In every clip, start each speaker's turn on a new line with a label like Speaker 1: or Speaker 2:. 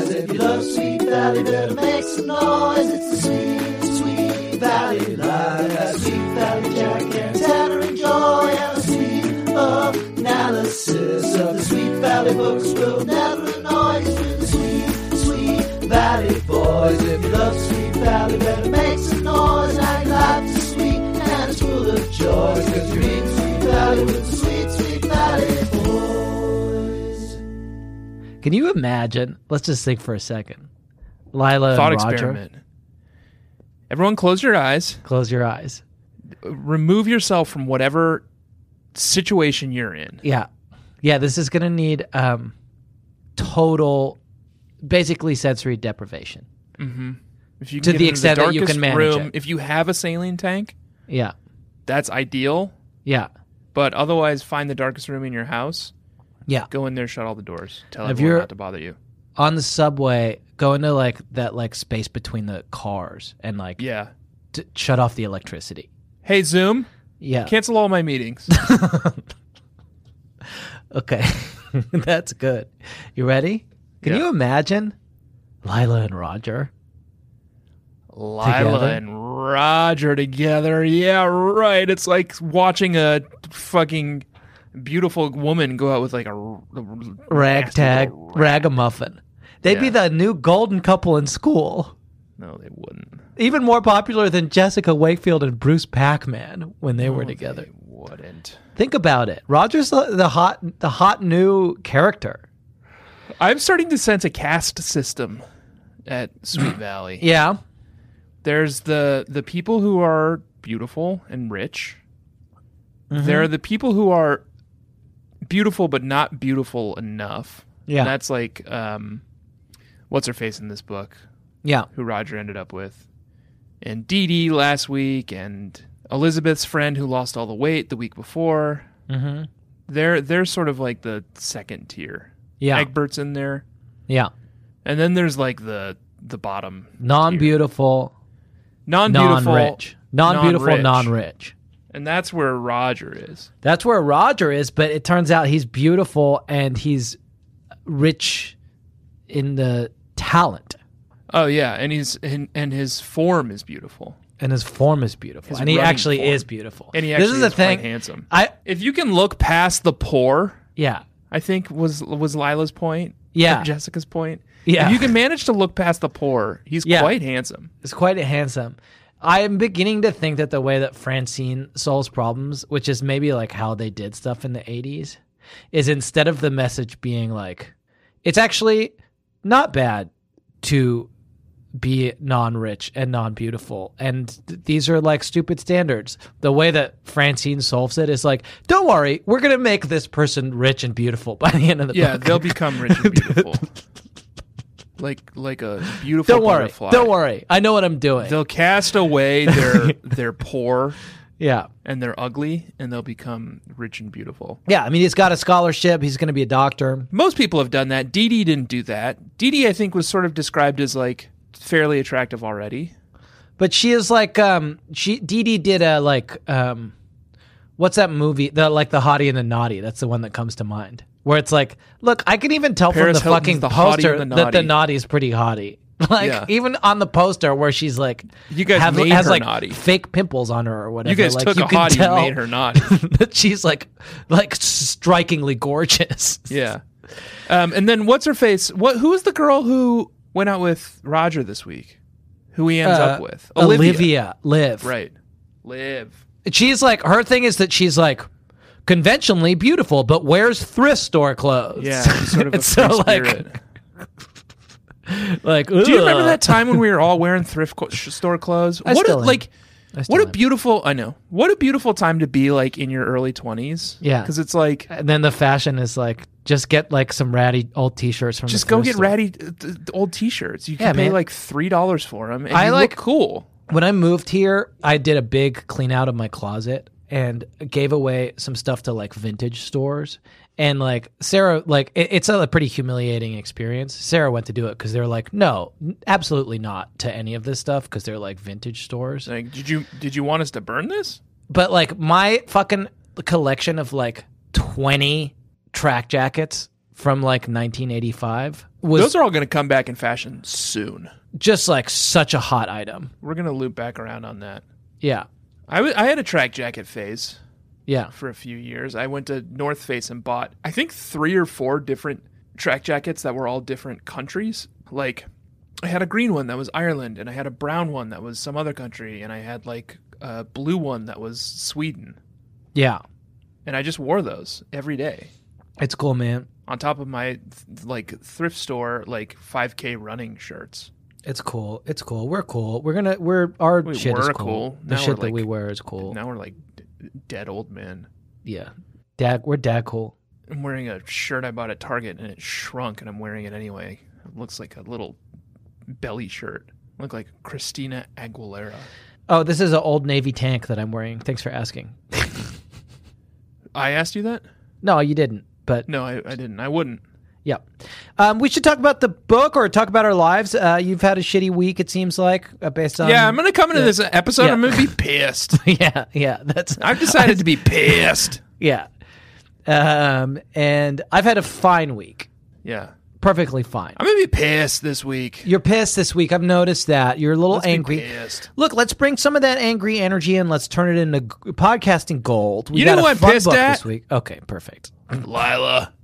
Speaker 1: the Sweet Valley better make some noise. It's the Sweet, Sweet Valley Live. That Sweet Valley Jack and Tanner enjoy. And a sweet analysis of the Sweet Valley books will never annoy. Cause we're the Sweet, Sweet Valley boys. If you love Sweet Valley, better make some noise. And life is sweet and it's full of joy. Cause you're in Sweet Valley with the Sweet, Sweet Valley boys.
Speaker 2: Can you imagine? Let's just think for a second. Lila
Speaker 3: Thought
Speaker 2: and Roger,
Speaker 3: experiment. Everyone, close your eyes.
Speaker 2: close your eyes.
Speaker 3: Remove yourself from whatever situation you're in.
Speaker 2: Yeah. Yeah, this is going to need um, total, basically sensory deprivation.
Speaker 3: If you
Speaker 2: To
Speaker 3: get
Speaker 2: the
Speaker 3: into
Speaker 2: extent that you
Speaker 3: darkest
Speaker 2: can manage
Speaker 3: room,
Speaker 2: it.
Speaker 3: if you have a saline tank,
Speaker 2: Yeah.
Speaker 3: that's ideal.
Speaker 2: Yeah.
Speaker 3: But otherwise, find the darkest room in your house.
Speaker 2: Yeah.
Speaker 3: Go in there, shut all the doors. Tell
Speaker 2: If
Speaker 3: everyone
Speaker 2: you're-
Speaker 3: not to bother you.
Speaker 2: On the subway, go into like that like space between the cars and like
Speaker 3: Yeah.
Speaker 2: t- shut off the electricity.
Speaker 3: Hey Zoom,
Speaker 2: Yeah.
Speaker 3: cancel all my meetings.
Speaker 2: Okay. That's good. You ready? Can
Speaker 3: Yeah.
Speaker 2: you imagine Lila and Roger?
Speaker 3: Lila
Speaker 2: Together?
Speaker 3: and Roger together. Yeah, right. It's like watching a fucking beautiful woman go out with like a r- r-
Speaker 2: Ragtag,
Speaker 3: nasty little rag.
Speaker 2: ragamuffin. They'd be
Speaker 3: Yeah.
Speaker 2: the new golden couple in school.
Speaker 3: No, they wouldn't.
Speaker 2: Even more popular than Jessica Wakefield and Bruce Pac-Man when they were
Speaker 3: No,
Speaker 2: together.
Speaker 3: They wouldn't.
Speaker 2: Think about it. Roger's the, the hot the hot new character.
Speaker 3: I'm starting to sense a caste system at Sweet Valley.
Speaker 2: Yeah.
Speaker 3: There's the the people who are beautiful and rich.
Speaker 2: Mm-hmm.
Speaker 3: There are the people who are beautiful but not beautiful enough.
Speaker 2: Yeah.
Speaker 3: And that's like um what's her face in this book
Speaker 2: Yeah.
Speaker 3: who Roger ended up with. And Dee Dee last week and Elizabeth's friend who lost all the weight the week before.
Speaker 2: Mhm.
Speaker 3: They're they're sort of like the second tier.
Speaker 2: Yeah.
Speaker 3: Egbert's in there.
Speaker 2: Yeah.
Speaker 3: And then there's like the the bottom
Speaker 2: Non-beautiful,
Speaker 3: non beautiful
Speaker 2: non-rich. Non-beautiful, non-rich.
Speaker 3: and that's where Roger is.
Speaker 2: That's where Roger is, but it turns out he's beautiful and he's rich in the talent
Speaker 3: Oh yeah, and he's and, and his form is beautiful,
Speaker 2: and his form is beautiful.
Speaker 3: His
Speaker 2: and he
Speaker 3: running
Speaker 2: actually
Speaker 3: form.
Speaker 2: is beautiful.
Speaker 3: and he
Speaker 2: this
Speaker 3: actually
Speaker 2: is the
Speaker 3: is quite
Speaker 2: thing.
Speaker 3: handsome.
Speaker 2: I
Speaker 3: If you can look past the poor,
Speaker 2: yeah.
Speaker 3: I think was was Lila's point.
Speaker 2: Yeah.
Speaker 3: or Jessica's point.
Speaker 2: Yeah.
Speaker 3: if you can manage to look past the poor, he's
Speaker 2: Yeah.
Speaker 3: quite handsome.
Speaker 2: is quite handsome. I am beginning to think that the way that Francine solves problems, which is maybe like how they did stuff in the 80s, is instead of the message being like, it's actually not bad to be non rich and non beautiful. And th- these are like stupid standards. The way that Francine solves it is like, don't worry, we're going to make this person rich and beautiful by the end of the
Speaker 3: Yeah,
Speaker 2: book.
Speaker 3: they'll become rich and beautiful, like like a beautiful
Speaker 2: Don't worry.
Speaker 3: butterfly.
Speaker 2: Don't worry. I know what I'm doing.
Speaker 3: They'll cast away their their poor
Speaker 2: yeah.
Speaker 3: and their ugly, and they'll become rich and beautiful.
Speaker 2: Yeah, I mean, he's got a scholarship. He's going to be a doctor.
Speaker 3: most people have done that. Dee Dee didn't do that. Dee Dee, I think, was sort of described as like fairly attractive already.
Speaker 2: But she is like, um, she Dee Dee did a like, um, what's that movie? The like the hottie and the naughty. That's the one that comes to mind. Where it's like, look, I can even tell
Speaker 3: Paris
Speaker 2: from the
Speaker 3: Hilton's
Speaker 2: fucking
Speaker 3: the hottie
Speaker 2: poster
Speaker 3: and the
Speaker 2: that the
Speaker 3: naughty.
Speaker 2: naughty is pretty hottie. Like
Speaker 3: Yeah.
Speaker 2: even on the poster where she's like,
Speaker 3: You guys
Speaker 2: have-
Speaker 3: made
Speaker 2: has
Speaker 3: her
Speaker 2: like
Speaker 3: naughty.
Speaker 2: fake pimples on her or whatever.
Speaker 3: You guys
Speaker 2: like,
Speaker 3: took
Speaker 2: you
Speaker 3: a
Speaker 2: can
Speaker 3: hottie
Speaker 2: tell
Speaker 3: and made her naughty.
Speaker 2: that she's like, like strikingly gorgeous.
Speaker 3: yeah. Um, and then what's her face? What? Who is the girl who went out with Roger this week? Who he ends up with?
Speaker 2: Uh, Olivia, Liv,
Speaker 3: Right. Live.
Speaker 2: She's like her thing is that she's like conventionally beautiful, but wears thrift store clothes.
Speaker 3: Yeah. Sort of a
Speaker 2: And so,
Speaker 3: free
Speaker 2: like-
Speaker 3: spirit.
Speaker 2: like
Speaker 3: Do you remember
Speaker 2: ugh.
Speaker 3: that time when we were all wearing thrift co- sh- store clothes?
Speaker 2: I
Speaker 3: what
Speaker 2: still
Speaker 3: a,
Speaker 2: am.
Speaker 3: like
Speaker 2: I still
Speaker 3: what a
Speaker 2: am.
Speaker 3: beautiful I know. What a beautiful time to be like in your early 20s.
Speaker 2: Yeah.
Speaker 3: Cuz it's like
Speaker 2: And then the fashion is like just get like some ratty old T-shirts from
Speaker 3: just
Speaker 2: the
Speaker 3: go
Speaker 2: thrift
Speaker 3: get
Speaker 2: store.
Speaker 3: ratty uh, th- th- old t-shirts. You can
Speaker 2: Yeah,
Speaker 3: pay
Speaker 2: man.
Speaker 3: like three dollars for them. And
Speaker 2: I
Speaker 3: you
Speaker 2: like-
Speaker 3: look cool.
Speaker 2: When I moved here, I did a big clean out of my closet and gave away some stuff to like vintage stores. And like Sarah, like it, it's a pretty humiliating experience. Sarah went to do it because they're like, no, n- absolutely not to any of this stuff because they're like vintage stores.
Speaker 3: Like, did you did you want us to burn this?
Speaker 2: but like my fucking collection of like 20 track jackets from like 1985 was
Speaker 3: Those are all going to come back in fashion soon.
Speaker 2: just like such a hot item.
Speaker 3: We're going to loop back around on that.
Speaker 2: Yeah.
Speaker 3: I wa- I had a track jacket phase
Speaker 2: Yeah.
Speaker 3: for a few years. I went to North Face and bought, I think, three or four different track jackets that were all different countries. Like, I had a green one that was Ireland, and I had a brown one that was some other country, and I had like a blue one that was Sweden.
Speaker 2: Yeah.
Speaker 3: And I just wore those every day
Speaker 2: It's cool, man.
Speaker 3: on top of my th- like thrift store, like 5K running shirts.
Speaker 2: It's cool. It's cool. We're cool. We're gonna. We're our
Speaker 3: We
Speaker 2: shit is
Speaker 3: were
Speaker 2: cool.
Speaker 3: cool.
Speaker 2: The
Speaker 3: Now
Speaker 2: shit
Speaker 3: we're
Speaker 2: that we
Speaker 3: like-
Speaker 2: wear is cool.
Speaker 3: Now we're like d- dead old men.
Speaker 2: Yeah. Dad, we're dad cool.
Speaker 3: I'm wearing a shirt I bought at Target and it shrunk, and I'm wearing it anyway. It looks like a little belly shirt. I look like Christina Aguilera.
Speaker 2: Oh, this is an old navy tank that I'm wearing. Thanks for asking.
Speaker 3: I asked you that?
Speaker 2: no, you didn't. But
Speaker 3: No, I, I didn't. I wouldn't.
Speaker 2: yeah, um, we should talk about the book or talk about our lives. Uh, you've had a shitty week, it seems like, uh, based on
Speaker 3: yeah, I'm gonna come into this episode.
Speaker 2: yeah.
Speaker 3: I'm gonna be pissed.
Speaker 2: yeah, yeah. That's
Speaker 3: I've decided to be pissed.
Speaker 2: yeah. Um, and I've had a fine week,
Speaker 3: Yeah,
Speaker 2: perfectly fine.
Speaker 3: I'm gonna be pissed this week.
Speaker 2: You're pissed this week. I've noticed that. You're a little
Speaker 3: Let's be
Speaker 2: angry.
Speaker 3: pissed.
Speaker 2: Look, let's bring some of that angry energy and let's turn it into g- podcasting gold. We
Speaker 3: You
Speaker 2: got a
Speaker 3: know who I'm
Speaker 2: fun
Speaker 3: pissed
Speaker 2: book
Speaker 3: at?
Speaker 2: this week. Okay, perfect.
Speaker 3: Lila.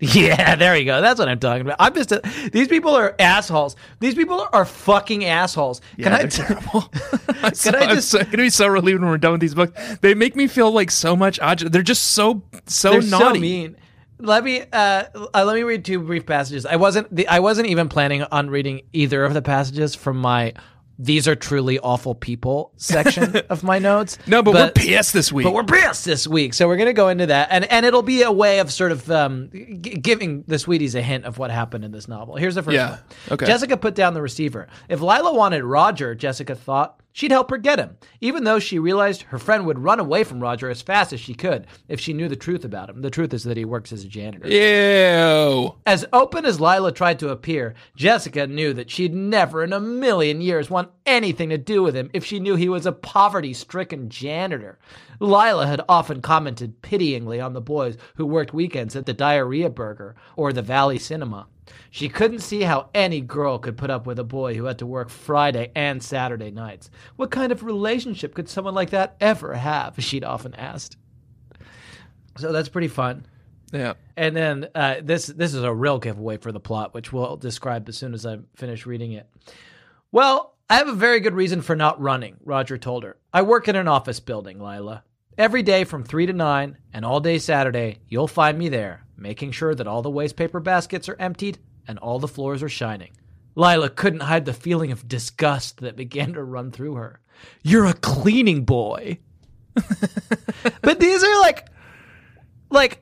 Speaker 2: Yeah, there you go. That's what I'm talking about. I'm just a, these people are assholes. These people are fucking assholes.
Speaker 3: Yeah,
Speaker 2: I
Speaker 3: they're terrible. I'm so-
Speaker 2: I
Speaker 3: I'm
Speaker 2: just-
Speaker 3: so- gonna be so relieved when we're done with these books. They make me feel like so much. Odd, they're just so so
Speaker 2: they're so
Speaker 3: naughty.
Speaker 2: mean. Let me uh, uh, let me read two brief passages. I wasn't the, I wasn't even planning on reading either of the passages from my these are truly awful people section of my notes.
Speaker 3: No, but, we're pissed this week.
Speaker 2: But we're pissed this week, so we're going to go into that, and and it'll be a way of sort of um, g- giving the sweeties a hint of what happened in this novel. Here's the first
Speaker 3: Yeah,
Speaker 2: one.
Speaker 3: okay.
Speaker 2: Jessica put down the receiver. If Lila wanted Roger, Jessica thought she'd help her get him, even though she realized her friend would run away from Roger as fast as she could if she knew the truth about him. The truth is that he works as a janitor.
Speaker 3: Ew.
Speaker 2: As open as Lila tried to appear, Jessica knew that she'd never in a million years want anything to do with him if she knew he was a poverty stricken janitor. Lila had often commented pityingly on the boys who worked weekends at the Diarrhea Burger or the Valley Cinema. She couldn't see how any girl could put up with a boy who had to work Friday and Saturday nights. What kind of relationship could someone like that ever have? She'd often asked. So that's pretty fun.
Speaker 3: Yeah.
Speaker 2: And then uh, this this is a real giveaway for the plot, which we'll describe as soon as I finish reading it. Well, I have a very good reason for not running, Roger told her. I work in an office building, Lila. Every day from 3 to 9 and all day Saturday, you'll find me there, making sure that all the waste paper baskets are emptied and all the floors are shining. Lila couldn't hide the feeling of disgust that began to run through her. You're a cleaning boy. but these are like like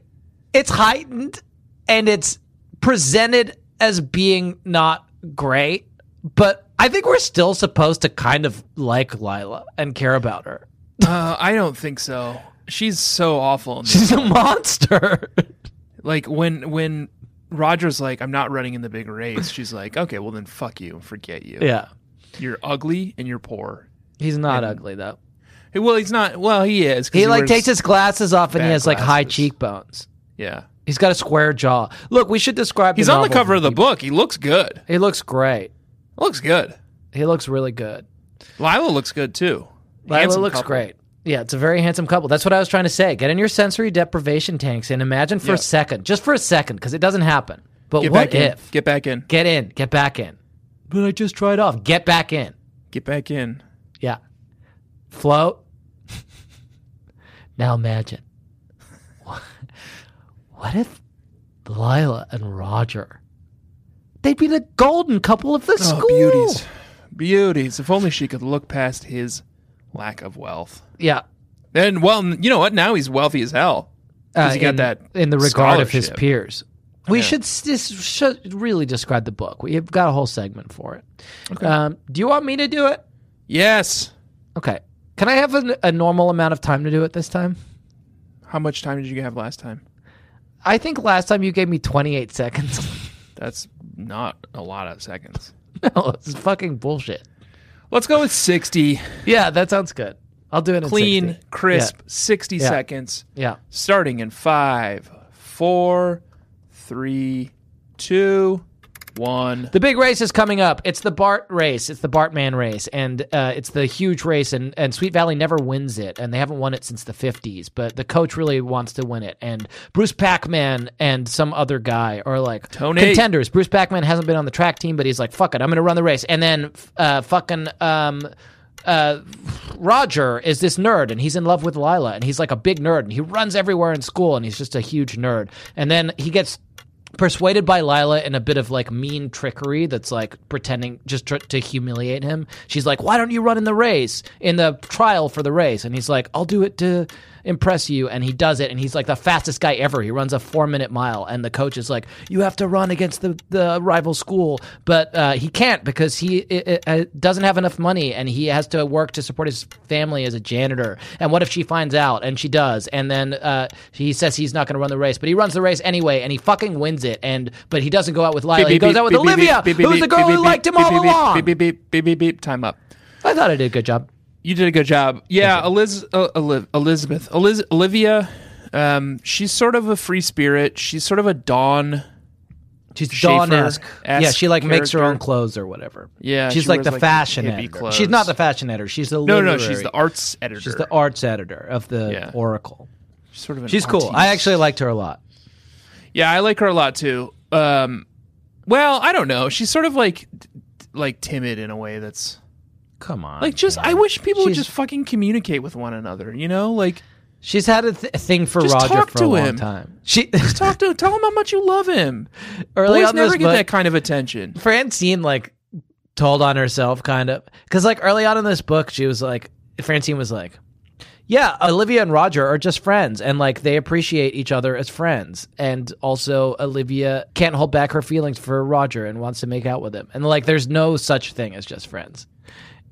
Speaker 2: it's heightened and it's presented as being not great, but I think we're still supposed to kind of like Lila and care about her.
Speaker 3: Uh, I don't think so. She's so awful. in this.
Speaker 2: She's a monster.
Speaker 3: like when when Roger's like, "I'm not running in the big race." She's like, "Okay, well then, fuck you and forget you.
Speaker 2: yeah.
Speaker 3: You're ugly and you're poor."
Speaker 2: He's not ugly though.
Speaker 3: Hey, Well, he's not. Well, he is. 'cause
Speaker 2: He like
Speaker 3: wears-
Speaker 2: takes his glasses off and he
Speaker 3: bad
Speaker 2: has like high
Speaker 3: glasses.
Speaker 2: cheekbones.
Speaker 3: Yeah,
Speaker 2: He's got a square jaw. Look, we should describe
Speaker 3: he's on the cover of the book. He looks good.
Speaker 2: He looks great.
Speaker 3: Looks good.
Speaker 2: He looks really good.
Speaker 3: Lila looks good too.
Speaker 2: Lila
Speaker 3: Handsome
Speaker 2: looks
Speaker 3: couple.
Speaker 2: great. Yeah, it's a very handsome couple. That's what I was trying to say. Get in your sensory deprivation tanks and imagine for
Speaker 3: Yeah.
Speaker 2: a second, just for a second, because it doesn't happen. But
Speaker 3: Get
Speaker 2: what
Speaker 3: back in.
Speaker 2: if?
Speaker 3: Get back in.
Speaker 2: Get in. Get back in. But I just tried off. Get back in.
Speaker 3: Get back in.
Speaker 2: Yeah. Float. now imagine. What if Lila and Roger? They'd be the golden couple of the
Speaker 3: Oh,
Speaker 2: school.
Speaker 3: beauties, beauties. If only she could look past his lack of wealth.
Speaker 2: Yeah.
Speaker 3: Then, well, you know what? Now he's wealthy as hell.
Speaker 2: uh,
Speaker 3: 'Cause he got
Speaker 2: in,
Speaker 3: that
Speaker 2: in the regard of his
Speaker 3: scholarship.
Speaker 2: peers. We
Speaker 3: Yeah.
Speaker 2: should, s- this should really describe the book. We've got a whole segment for it. Um, do you want me to do it?
Speaker 3: Yes.
Speaker 2: Okay. Can I have an, a normal amount of time to do it this time?
Speaker 3: How much time did you have last time?
Speaker 2: I think last time you gave me 28 seconds.
Speaker 3: That's not a lot of seconds.
Speaker 2: no, it's fucking bullshit.
Speaker 3: Let's go with 60.
Speaker 2: Yeah, that sounds good. I'll do it in
Speaker 3: Clean,
Speaker 2: 60.
Speaker 3: crisp, 60
Speaker 2: Yeah.
Speaker 3: seconds.
Speaker 2: Yeah.
Speaker 3: Starting in five, four, three, two, one.
Speaker 2: The big race is coming up. It's the Bart race. It's the Bartman race, and uh, it's the huge race. And, and Sweet Valley never wins it, and they haven't won it since the '50s. But the coach really wants to win it, and Bruce Pacman and some other guy are like
Speaker 3: Tony.
Speaker 2: contenders. Bruce Pacman hasn't been on the track team, but he's like, "Fuck it, I'm going to run the race." And then uh, fucking. Um, uh, Roger is this nerd and he's in love with Lila and he's like a big nerd and he runs everywhere in school and he's just a huge nerd. And then he gets persuaded by Lila in a bit of like mean trickery that's like pretending just tr- to humiliate him. She's like, "Why don't you run in the race in the trial for the race?" And he's like, "I'll do it to impress you." And he does it and he's like the fastest guy ever. He runs a 4-minute mile and the coach is like, "You have to run against the the rival school." But uh, he can't because he i i- uh, doesn't have enough money and he has to work to support his family as a janitor. And what if she finds out? And she does. And then uh, he says he's not going to run the race, but he runs the race anyway, and he fucking wins it. And but he doesn't go out with Lila. He
Speaker 3: Beep,
Speaker 2: goes
Speaker 3: beep,
Speaker 2: out with
Speaker 3: beep, beep,
Speaker 2: Olivia,
Speaker 3: beep, beep,
Speaker 2: who's the
Speaker 3: beep,
Speaker 2: girl
Speaker 3: beep,
Speaker 2: who
Speaker 3: beep,
Speaker 2: liked him
Speaker 3: beep,
Speaker 2: all
Speaker 3: beep, beep, Beep,
Speaker 2: along.
Speaker 3: beep, beep, beep, beep, beep, time up.
Speaker 2: I thought I did a good job.
Speaker 3: You did a good job. Yeah, Eliz- uh, Eliz- Elizabeth, Eliz- Olivia, um, she's sort of a free spirit. She's sort of a dawn.
Speaker 2: She's
Speaker 3: Schaefer-esque
Speaker 2: Dawn-esque. Yeah, she like makes her
Speaker 3: character.
Speaker 2: own clothes or whatever.
Speaker 3: Yeah,
Speaker 2: she's
Speaker 3: she
Speaker 2: like
Speaker 3: wears,
Speaker 2: the
Speaker 3: like,
Speaker 2: fashion
Speaker 3: hippie
Speaker 2: editor.
Speaker 3: clothes.
Speaker 2: She's not the fashion editor. She's the
Speaker 3: No, no,
Speaker 2: literary-
Speaker 3: she's the arts editor.
Speaker 2: she's the arts editor of the
Speaker 3: Yeah.
Speaker 2: Oracle.
Speaker 3: sort of an
Speaker 2: She's cool. I
Speaker 3: artiste.
Speaker 2: actually liked her a lot.
Speaker 3: Yeah, I like her a lot too. Um, well, I don't know. She's sort of like t- like timid in a way that's
Speaker 2: Come on,
Speaker 3: like just. I wish people would
Speaker 2: She's-
Speaker 3: just fucking communicate with one another. You know, like
Speaker 2: She's had a th- thing for
Speaker 3: Just
Speaker 2: Roger
Speaker 3: talk
Speaker 2: for a
Speaker 3: to
Speaker 2: long
Speaker 3: him.
Speaker 2: time. She
Speaker 3: talk to tell him how much you love him.
Speaker 2: early
Speaker 3: Boys
Speaker 2: on this
Speaker 3: never get
Speaker 2: book,
Speaker 3: that kind of attention.
Speaker 2: Francine like told on herself kind of because like early on in this book, she was like Francine was like, yeah, Olivia and Roger are just friends, and like they appreciate each other as friends. And also, Olivia can't hold back her feelings for Roger and wants to make out with him. And like, there's no such thing as just friends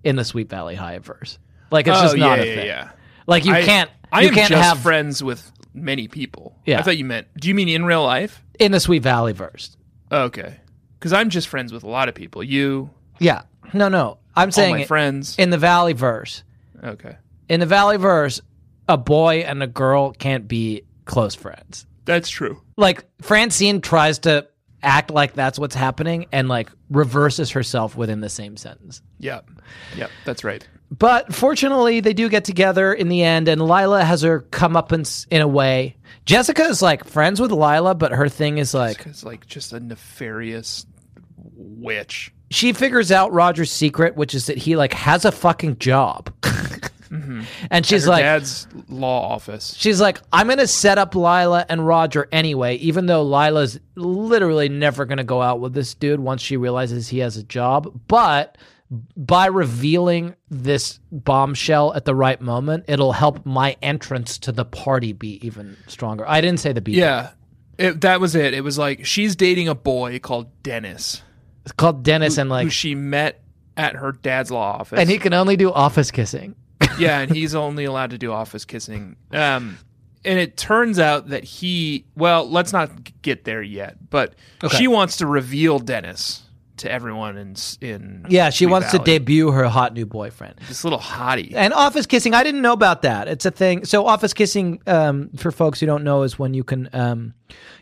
Speaker 2: in the Sweet Valley High verse. Like, it's
Speaker 3: oh
Speaker 2: just
Speaker 3: yeah,
Speaker 2: not a
Speaker 3: yeah,
Speaker 2: thing.
Speaker 3: yeah.
Speaker 2: Like, you
Speaker 3: I-
Speaker 2: can't.
Speaker 3: I
Speaker 2: you
Speaker 3: am
Speaker 2: can't
Speaker 3: just
Speaker 2: have
Speaker 3: friends with many people.
Speaker 2: Yeah.
Speaker 3: I thought you meant. Do you mean in real life?
Speaker 2: in the Sweet Valley verse.
Speaker 3: Okay, because I'm just friends with a lot of people. You,
Speaker 2: Yeah. No, no. I'm
Speaker 3: all
Speaker 2: saying
Speaker 3: my friends.
Speaker 2: in the Valley verse.
Speaker 3: okay,
Speaker 2: In the Valley verse, a boy and a girl can't be close friends.
Speaker 3: that's true.
Speaker 2: Like Francine tries to act like that's what's happening and like reverses herself within the same sentence.
Speaker 3: Yeah, yeah, that's right.
Speaker 2: But fortunately, they do get together in the end, and Lila has her comeuppance in a way. Jessica is like friends with Lila, but her thing is like
Speaker 3: It's like just a nefarious witch.
Speaker 2: she figures out Roger's secret, which is that he like has a fucking job. And she's
Speaker 3: Mm-hmm. Her
Speaker 2: like,
Speaker 3: dad's law office.
Speaker 2: She's like, I'm going to set up Lila and Roger anyway, even though Lila's literally never going to go out with this dude once she realizes he has a job. But by revealing this bombshell at the right moment, it'll help my entrance to the party be even stronger. I didn't say the beat.
Speaker 3: Yeah, it, that was it. It was like she's dating a boy called Dennis,
Speaker 2: It's called Dennis and
Speaker 3: who
Speaker 2: like,
Speaker 3: she met at her dad's law office.
Speaker 2: and he can only do office kissing.
Speaker 3: yeah, and he's only allowed to do office kissing. Um, and it turns out that he, well, let's not g- get there yet, but
Speaker 2: Okay.
Speaker 3: she wants to reveal Dennis to everyone in s- in
Speaker 2: Yeah, she
Speaker 3: Sweet
Speaker 2: wants to
Speaker 3: Valley.
Speaker 2: debut her hot new boyfriend.
Speaker 3: this little hottie.
Speaker 2: And office kissing, I didn't know about that. It's a thing. So office kissing, um, for folks who don't know, is when you can um,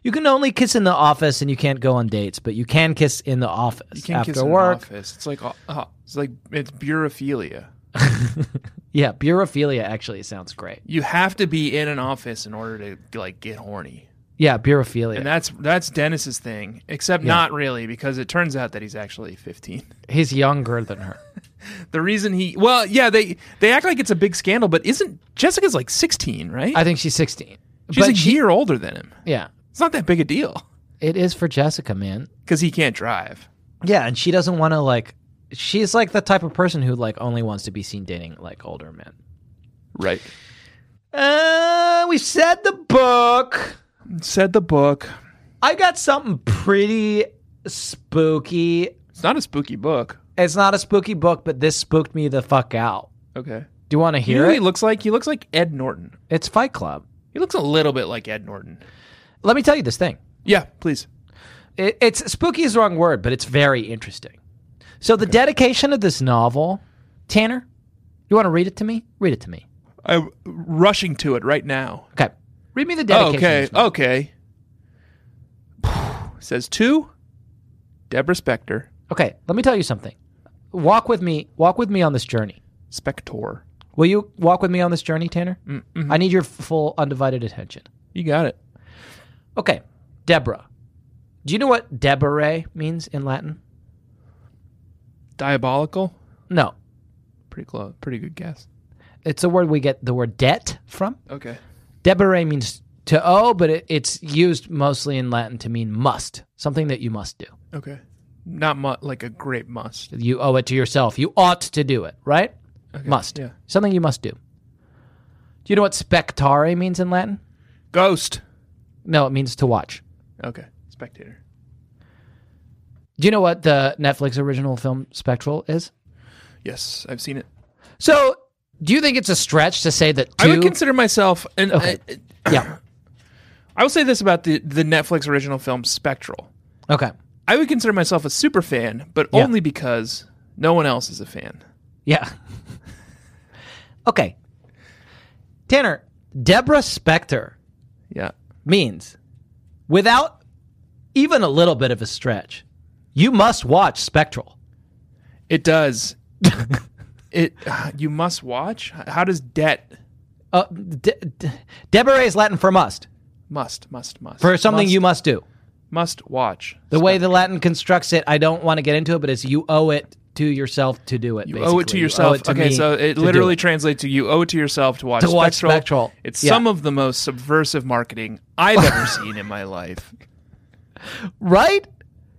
Speaker 2: you can only kiss in the office and you can't go on dates, but you can kiss in the office
Speaker 3: You can't
Speaker 2: after
Speaker 3: kiss in an
Speaker 2: work.
Speaker 3: office. It's like uh, uh, it's like it's burophilia.
Speaker 2: Yeah, burophilia actually sounds great.
Speaker 3: You have to be in an office in order to like get horny.
Speaker 2: Yeah, burophilia.
Speaker 3: And that's that's Dennis's thing, except not really because it turns out that he's actually 15.
Speaker 2: He's younger than her.
Speaker 3: The reason he well, yeah, they they act like it's a big scandal, but isn't Jessica's like 16, right?
Speaker 2: I think she's sixteen.
Speaker 3: She's a
Speaker 2: she-
Speaker 3: year older than him.
Speaker 2: yeah,
Speaker 3: It's not that big a deal
Speaker 2: it is for Jessica, man.
Speaker 3: because he can't drive.
Speaker 2: Yeah, and she doesn't want to like. She's like the type of person who like only wants to be seen dating like older men.
Speaker 3: Right.
Speaker 2: Uh, we said the book.
Speaker 3: Said the book.
Speaker 2: I got something pretty spooky.
Speaker 3: It's not a spooky book.
Speaker 2: It's not a spooky book, but this spooked me the fuck out.
Speaker 3: Okay.
Speaker 2: Do you want to
Speaker 3: You know
Speaker 2: hear
Speaker 3: what he
Speaker 2: it?
Speaker 3: looks like? He looks like Ed Norton.
Speaker 2: It's Fight Club.
Speaker 3: He looks a little bit like Ed Norton.
Speaker 2: Let me tell you this thing.
Speaker 3: Yeah, please.
Speaker 2: It, it's spooky is the wrong word, but it's very interesting. So the dedication of this novel, Tanner, you want to read it to me? Read it to me.
Speaker 3: I'm rushing to it right now. Oh,
Speaker 2: Okay. Read me the dedication. of
Speaker 3: okay.
Speaker 2: this novel.
Speaker 3: Okay. says two, Deborah Spector.
Speaker 2: Okay, let me tell you something. Walk with me. Walk with me on this journey.
Speaker 3: Spector.
Speaker 2: Will you walk with me on this journey, Tanner? I need your full, undivided attention.
Speaker 3: You got it.
Speaker 2: Okay, Deborah. Do you know what Deborah means in Latin?
Speaker 3: Diabolical.
Speaker 2: No,
Speaker 3: Pretty close. Pretty good guess.
Speaker 2: it's a word we get the word debt from.
Speaker 3: Okay.
Speaker 2: Debere means to owe, but it, it's used mostly in Latin to mean must, something that you must do.
Speaker 3: Okay. Not mu- like a great must.
Speaker 2: You owe it to yourself. You ought to do it, right? must.
Speaker 3: yeah.
Speaker 2: Something you must do. Do you know what spectare means in Latin?
Speaker 3: Ghost.
Speaker 2: No, it means to watch.
Speaker 3: Okay. Spectator.
Speaker 2: Do you know what the Netflix original film Spectral is?
Speaker 3: Yes, I've seen it.
Speaker 2: So, do you think it's a stretch to say that
Speaker 3: I
Speaker 2: two?
Speaker 3: would consider myself an.
Speaker 2: Okay.
Speaker 3: I,
Speaker 2: yeah.
Speaker 3: I will say this about the the Netflix original film Spectral.
Speaker 2: Okay.
Speaker 3: I would consider myself a super fan, but
Speaker 2: Yeah.
Speaker 3: only because no one else is a fan.
Speaker 2: Yeah. okay. Tanner, Deborah Spector
Speaker 3: Yeah.
Speaker 2: means without even a little bit of a stretch, you must watch Spectral.
Speaker 3: It does. it you must watch. How does debt
Speaker 2: Uh, de- de- debere is Latin for must,
Speaker 3: must must must
Speaker 2: for something you must do.
Speaker 3: must watch
Speaker 2: The way the Latin constructs it, I don't want to get into it, but it's you owe it to yourself to do it.
Speaker 3: you owe it to yourself. okay, so it literally translates to you owe it to yourself to watch
Speaker 2: To watch
Speaker 3: Spectral.
Speaker 2: Spectral.
Speaker 3: It's
Speaker 2: Yeah.
Speaker 3: some of the most subversive marketing I've ever seen in my life.
Speaker 2: right?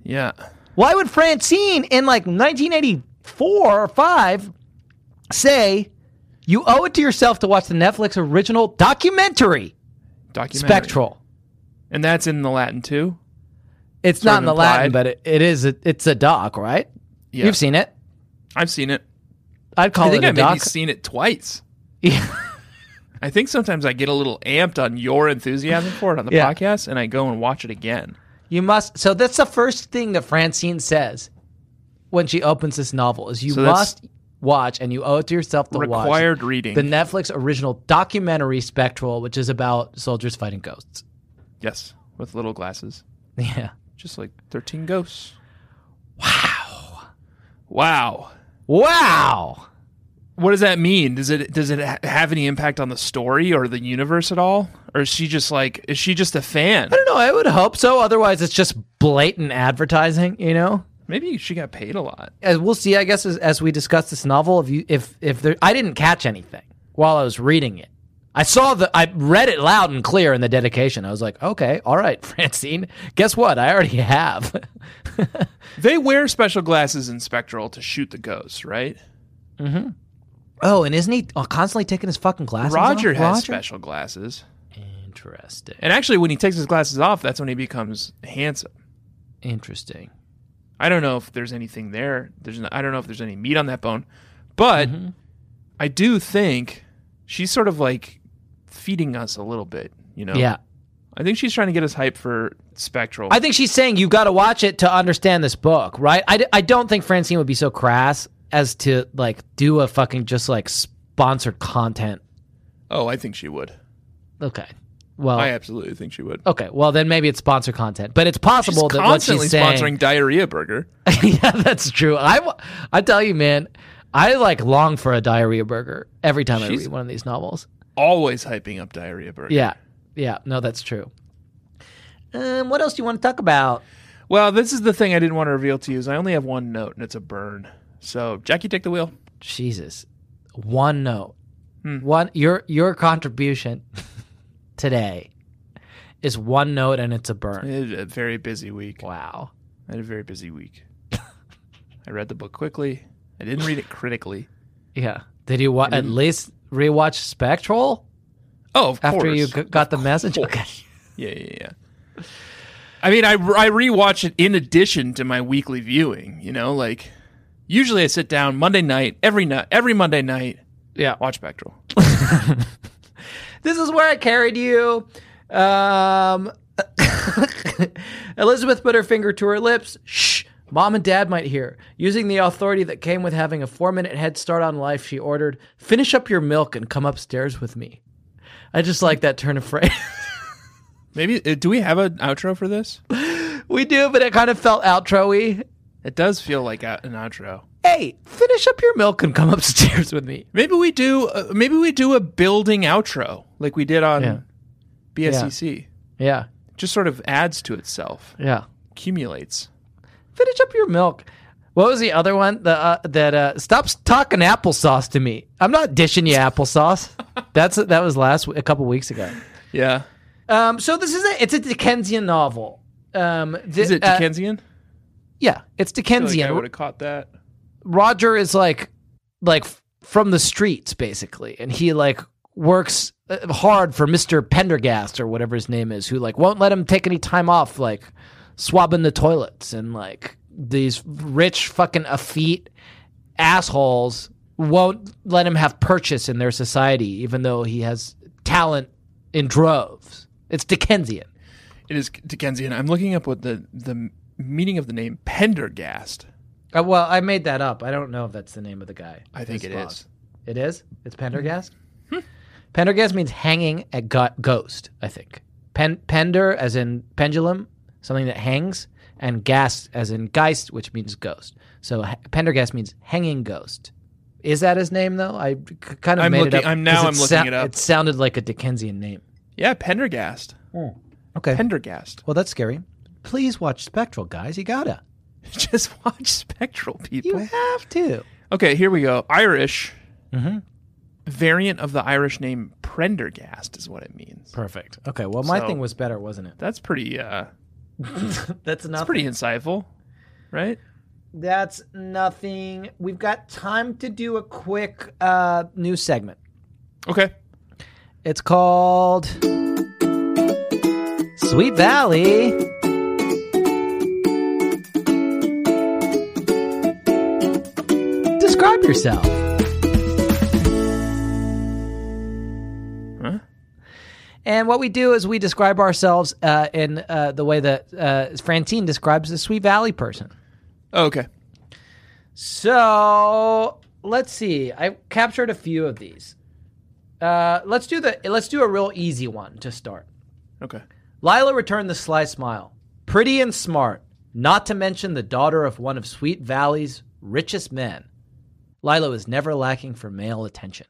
Speaker 3: Yeah.
Speaker 2: Why would Francine in like 1984 or 5 say you owe it to yourself to watch the Netflix original documentary
Speaker 3: Documentary.
Speaker 2: Spectral?
Speaker 3: And that's in the Latin too?
Speaker 2: It's
Speaker 3: Sort
Speaker 2: not
Speaker 3: of
Speaker 2: in the Latin,
Speaker 3: implied.
Speaker 2: but it, it is. A, it's a doc, right?
Speaker 3: Yeah.
Speaker 2: You've seen it.
Speaker 3: I've seen it.
Speaker 2: I'd call
Speaker 3: I think
Speaker 2: it a
Speaker 3: I've maybe
Speaker 2: doc.
Speaker 3: seen it twice.
Speaker 2: Yeah.
Speaker 3: I think sometimes I get a little amped on your enthusiasm for it on the
Speaker 2: Yeah.
Speaker 3: podcast and I go and watch it again.
Speaker 2: you must. So that's the first thing that Francine says when she opens this novel: is you
Speaker 3: So that's-
Speaker 2: must watch, and you owe it to yourself to
Speaker 3: Required
Speaker 2: watch
Speaker 3: reading.
Speaker 2: the Netflix original documentary Spectral, which is about soldiers fighting ghosts.
Speaker 3: yes, with little glasses.
Speaker 2: Yeah.
Speaker 3: Just like 13 ghosts. Wow. Wow.
Speaker 2: Wow.
Speaker 3: What does that mean? Does it does it ha- have any impact on the story or the universe at all? Or is she just like is she just a fan?
Speaker 2: I don't know. I would hope so. Otherwise, it's just blatant advertising. You know.
Speaker 3: Maybe she got paid a lot.
Speaker 2: as we'll see, I guess as, as we discuss this novel, if you if if there, I didn't catch anything while I was reading it. I saw the I read it loud and clear in the dedication. I was like, okay, all right, Francine. Guess what? I already have.
Speaker 3: They wear special glasses in Spectral to shoot the ghosts, right?
Speaker 2: Mm-hmm. oh, and isn't he uh, constantly taking his fucking glasses?
Speaker 3: Roger
Speaker 2: off?
Speaker 3: has special glasses.
Speaker 2: Interesting.
Speaker 3: And actually when he takes his glasses off, that's when he becomes handsome.
Speaker 2: Interesting.
Speaker 3: I don't know if there's anything there. There's no, I don't know if there's any meat on that bone, but
Speaker 2: Mm-hmm.
Speaker 3: I do think she's sort of like feeding us a little bit. You know,
Speaker 2: Yeah.
Speaker 3: I think she's trying to get us hype for Spectral.
Speaker 2: I think she's saying you got to watch it to understand this book, right? I, d- I don't think Francine would be so crass as to like do a fucking just like sponsored content.
Speaker 3: oh, I think she would.
Speaker 2: Okay. Well,
Speaker 3: I absolutely think she would.
Speaker 2: Okay, well then maybe it's sponsor content, but it's
Speaker 3: She's
Speaker 2: possible that what
Speaker 3: constantly
Speaker 2: she's saying.
Speaker 3: sponsoring Diarrhea Burger.
Speaker 2: yeah, that's true. I, w- I tell you, man, I like long for a diarrhea burger every time I
Speaker 3: She's-
Speaker 2: read one of these novels.
Speaker 3: Always hyping up Diarrhea Burger.
Speaker 2: Yeah, yeah, no, that's true. Um, what else do you want to talk about?
Speaker 3: Well, this is the thing I didn't want to reveal to you is I only have one note and it's a burn. So Jackie, take the wheel.
Speaker 2: Jesus, one note,
Speaker 3: Hmm.
Speaker 2: one your your contribution today is one note and it's a
Speaker 3: I
Speaker 2: burn.
Speaker 3: had a very busy week.
Speaker 2: Wow.
Speaker 3: I had a very busy week. I read the book quickly. I didn't read it critically.
Speaker 2: Yeah. Did you wa- at least rewatch Spectral
Speaker 3: Oh, of
Speaker 2: after
Speaker 3: course.
Speaker 2: you g- got the message?
Speaker 3: course.
Speaker 2: Okay.
Speaker 3: yeah, yeah, yeah. I mean, I, I rewatch it in addition to my weekly viewing. You know, like usually I sit down Monday night, every night, every Monday night,
Speaker 2: Yeah.
Speaker 3: watch Spectral.
Speaker 2: this is where I carried you. Um, Elizabeth put her finger to her lips. Shh. Mom and dad might hear. Using the authority that came with having a four minute head start on life, she ordered, Finish up your milk and come upstairs with me. I just like that turn of phrase.
Speaker 3: Maybe uh, do we have an outro for this?
Speaker 2: We do, but it kind of felt outro-y.
Speaker 3: It does feel like a- an outro.
Speaker 2: Hey, finish up your milk and come upstairs with me.
Speaker 3: Maybe we do. Uh, maybe we do a building outro like we did on
Speaker 2: Yeah.
Speaker 3: BSEC.
Speaker 2: Yeah,
Speaker 3: Just sort of adds to itself,
Speaker 2: yeah.
Speaker 3: accumulates.
Speaker 2: Finish up your milk. What was the other one? The uh, that uh, stops talking applesauce to me. I'm not dishing you applesauce. That's that was last a couple weeks ago.
Speaker 3: Yeah.
Speaker 2: Um, so this is a, it's a Dickensian novel. Um, the-
Speaker 3: Is it
Speaker 2: uh,
Speaker 3: Dickensian?
Speaker 2: yeah, it's
Speaker 3: I, feel like I
Speaker 2: Dickensian.
Speaker 3: would have caught that.
Speaker 2: Roger is like like f- from the streets basically, and he like works uh, hard for Mister Pendergast or whatever his name is, who like won't let him take any time off, like swabbing the toilets and like these rich fucking effete assholes won't let him have purchase in their society, even though he has talent in droves. It's Dickensian.
Speaker 3: It is Dickensian. I'm looking up what the the meaning of the name Pendergast.
Speaker 2: Uh, well, I made that up. I don't know if that's the name of the guy.
Speaker 3: I think
Speaker 2: It's
Speaker 3: it
Speaker 2: Bob.
Speaker 3: is.
Speaker 2: It is. It's Pendergast.
Speaker 3: Hmm.
Speaker 2: Hmm. Pendergast means hanging at go- ghost. I think. Pen- pender, as in pendulum, something that hangs, and gast, as in geist, which means ghost. So ha- Pendergast means hanging ghost. Is that his name though? I c- kind of
Speaker 3: I'm
Speaker 2: made
Speaker 3: looking-
Speaker 2: it up.
Speaker 3: I'm- now
Speaker 2: 'cause
Speaker 3: I'm looking it up.
Speaker 2: It sounded like a Dickensian name.
Speaker 3: Yeah, Pendergast.
Speaker 2: Hmm. Okay.
Speaker 3: Pendergast.
Speaker 2: well, that's scary. Please watch Spectral, guys. You gotta.
Speaker 3: Just watch Spectral
Speaker 2: You
Speaker 3: people.
Speaker 2: have to.
Speaker 3: Okay, here we go. Irish
Speaker 2: Mm-hmm.
Speaker 3: variant of the Irish name Prendergast is what it means.
Speaker 2: Perfect. Okay. Well, my
Speaker 3: So-
Speaker 2: thing was better, wasn't it?
Speaker 3: That's pretty. Uh,
Speaker 2: That's
Speaker 3: that's
Speaker 2: enough.
Speaker 3: pretty insightful, right?
Speaker 2: That's nothing. We've got time to do a quick uh, new segment.
Speaker 3: Okay.
Speaker 2: It's called Sweet Valley. Describe yourself.
Speaker 3: Huh?
Speaker 2: And what we do is we describe ourselves uh, in uh, the way that uh, Francine describes the Sweet Valley person.
Speaker 3: Oh, Okay.
Speaker 2: So let's see. I captured a few of these. Uh, let's do the let's do a real easy one to start.
Speaker 3: Okay.
Speaker 2: Lila returned the sly smile. Pretty and smart, not to mention the daughter of one of Sweet Valley's richest men. Lila was never lacking for male attention.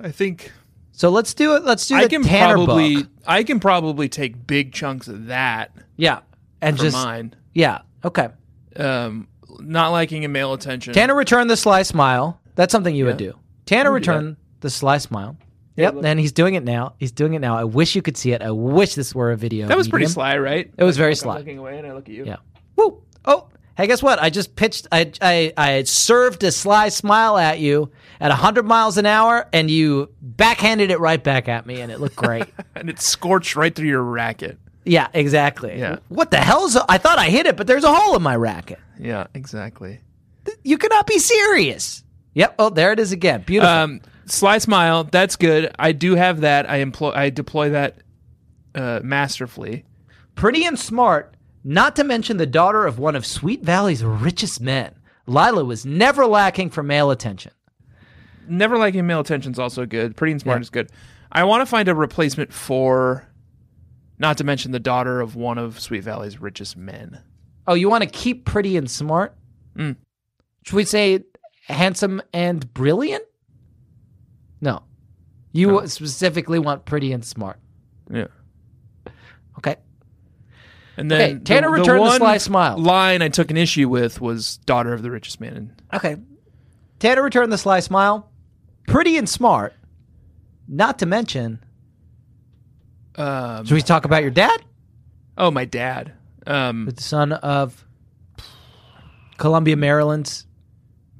Speaker 3: I think
Speaker 2: So let's do it. Let's do the
Speaker 3: I can
Speaker 2: Tanner
Speaker 3: probably
Speaker 2: book.
Speaker 3: I can probably take big chunks of that
Speaker 2: Yeah, and
Speaker 3: for
Speaker 2: just
Speaker 3: mine.
Speaker 2: yeah. Okay.
Speaker 3: Um, not liking a male attention.
Speaker 2: Tanner returned the sly smile. That's something you would
Speaker 3: Yeah.
Speaker 2: do. Tanner
Speaker 3: I would do that.
Speaker 2: returned the sly smile.
Speaker 3: Yeah,
Speaker 2: Yep,
Speaker 3: look.
Speaker 2: and he's doing it now. He's doing it now. I wish you could see it. I wish this were a video.
Speaker 3: that was pretty
Speaker 2: medium.
Speaker 3: sly, right?
Speaker 2: It was very
Speaker 3: I'm
Speaker 2: sly.
Speaker 3: looking away and I look at you.
Speaker 2: Yeah. Woo. Oh, hey, guess what? I just pitched. I I, I served a sly smile at you at hundred miles an hour, and you backhanded it right back at me, and it looked great.
Speaker 3: And it scorched right through your racket.
Speaker 2: yeah, exactly.
Speaker 3: Yeah.
Speaker 2: What the hell's? I thought I hit it, but there's a hole in my racket.
Speaker 3: Yeah, exactly.
Speaker 2: You cannot be serious. Yep. Oh, there it is again. Beautiful.
Speaker 3: Um, sly smile. That's good. I do have that. I employ. I deploy that uh, masterfully.
Speaker 2: pretty and smart, not to mention the daughter of one of Sweet Valley's richest men. Lila was never lacking for male attention.
Speaker 3: Never liking male attention is also good. Pretty and smart
Speaker 2: Yeah.
Speaker 3: is good. I want to find a replacement for, not to mention the daughter of one of Sweet Valley's richest men.
Speaker 2: Oh, you want to keep pretty and smart? Hmm.
Speaker 3: Mm.
Speaker 2: Should we say handsome and brilliant? No. You specifically want pretty and smart.
Speaker 3: Yeah.
Speaker 2: Okay.
Speaker 3: And then
Speaker 2: Okay, Tanner
Speaker 3: the,
Speaker 2: returned the
Speaker 3: one
Speaker 2: sly smile.
Speaker 3: Line I took an issue with was daughter of the richest man. And
Speaker 2: Okay. Tanner returned the sly smile. Pretty and smart, not to mention.
Speaker 3: um,
Speaker 2: Should we talk about your dad?
Speaker 3: oh, my dad. Um,
Speaker 2: With the son of Columbia, Maryland's.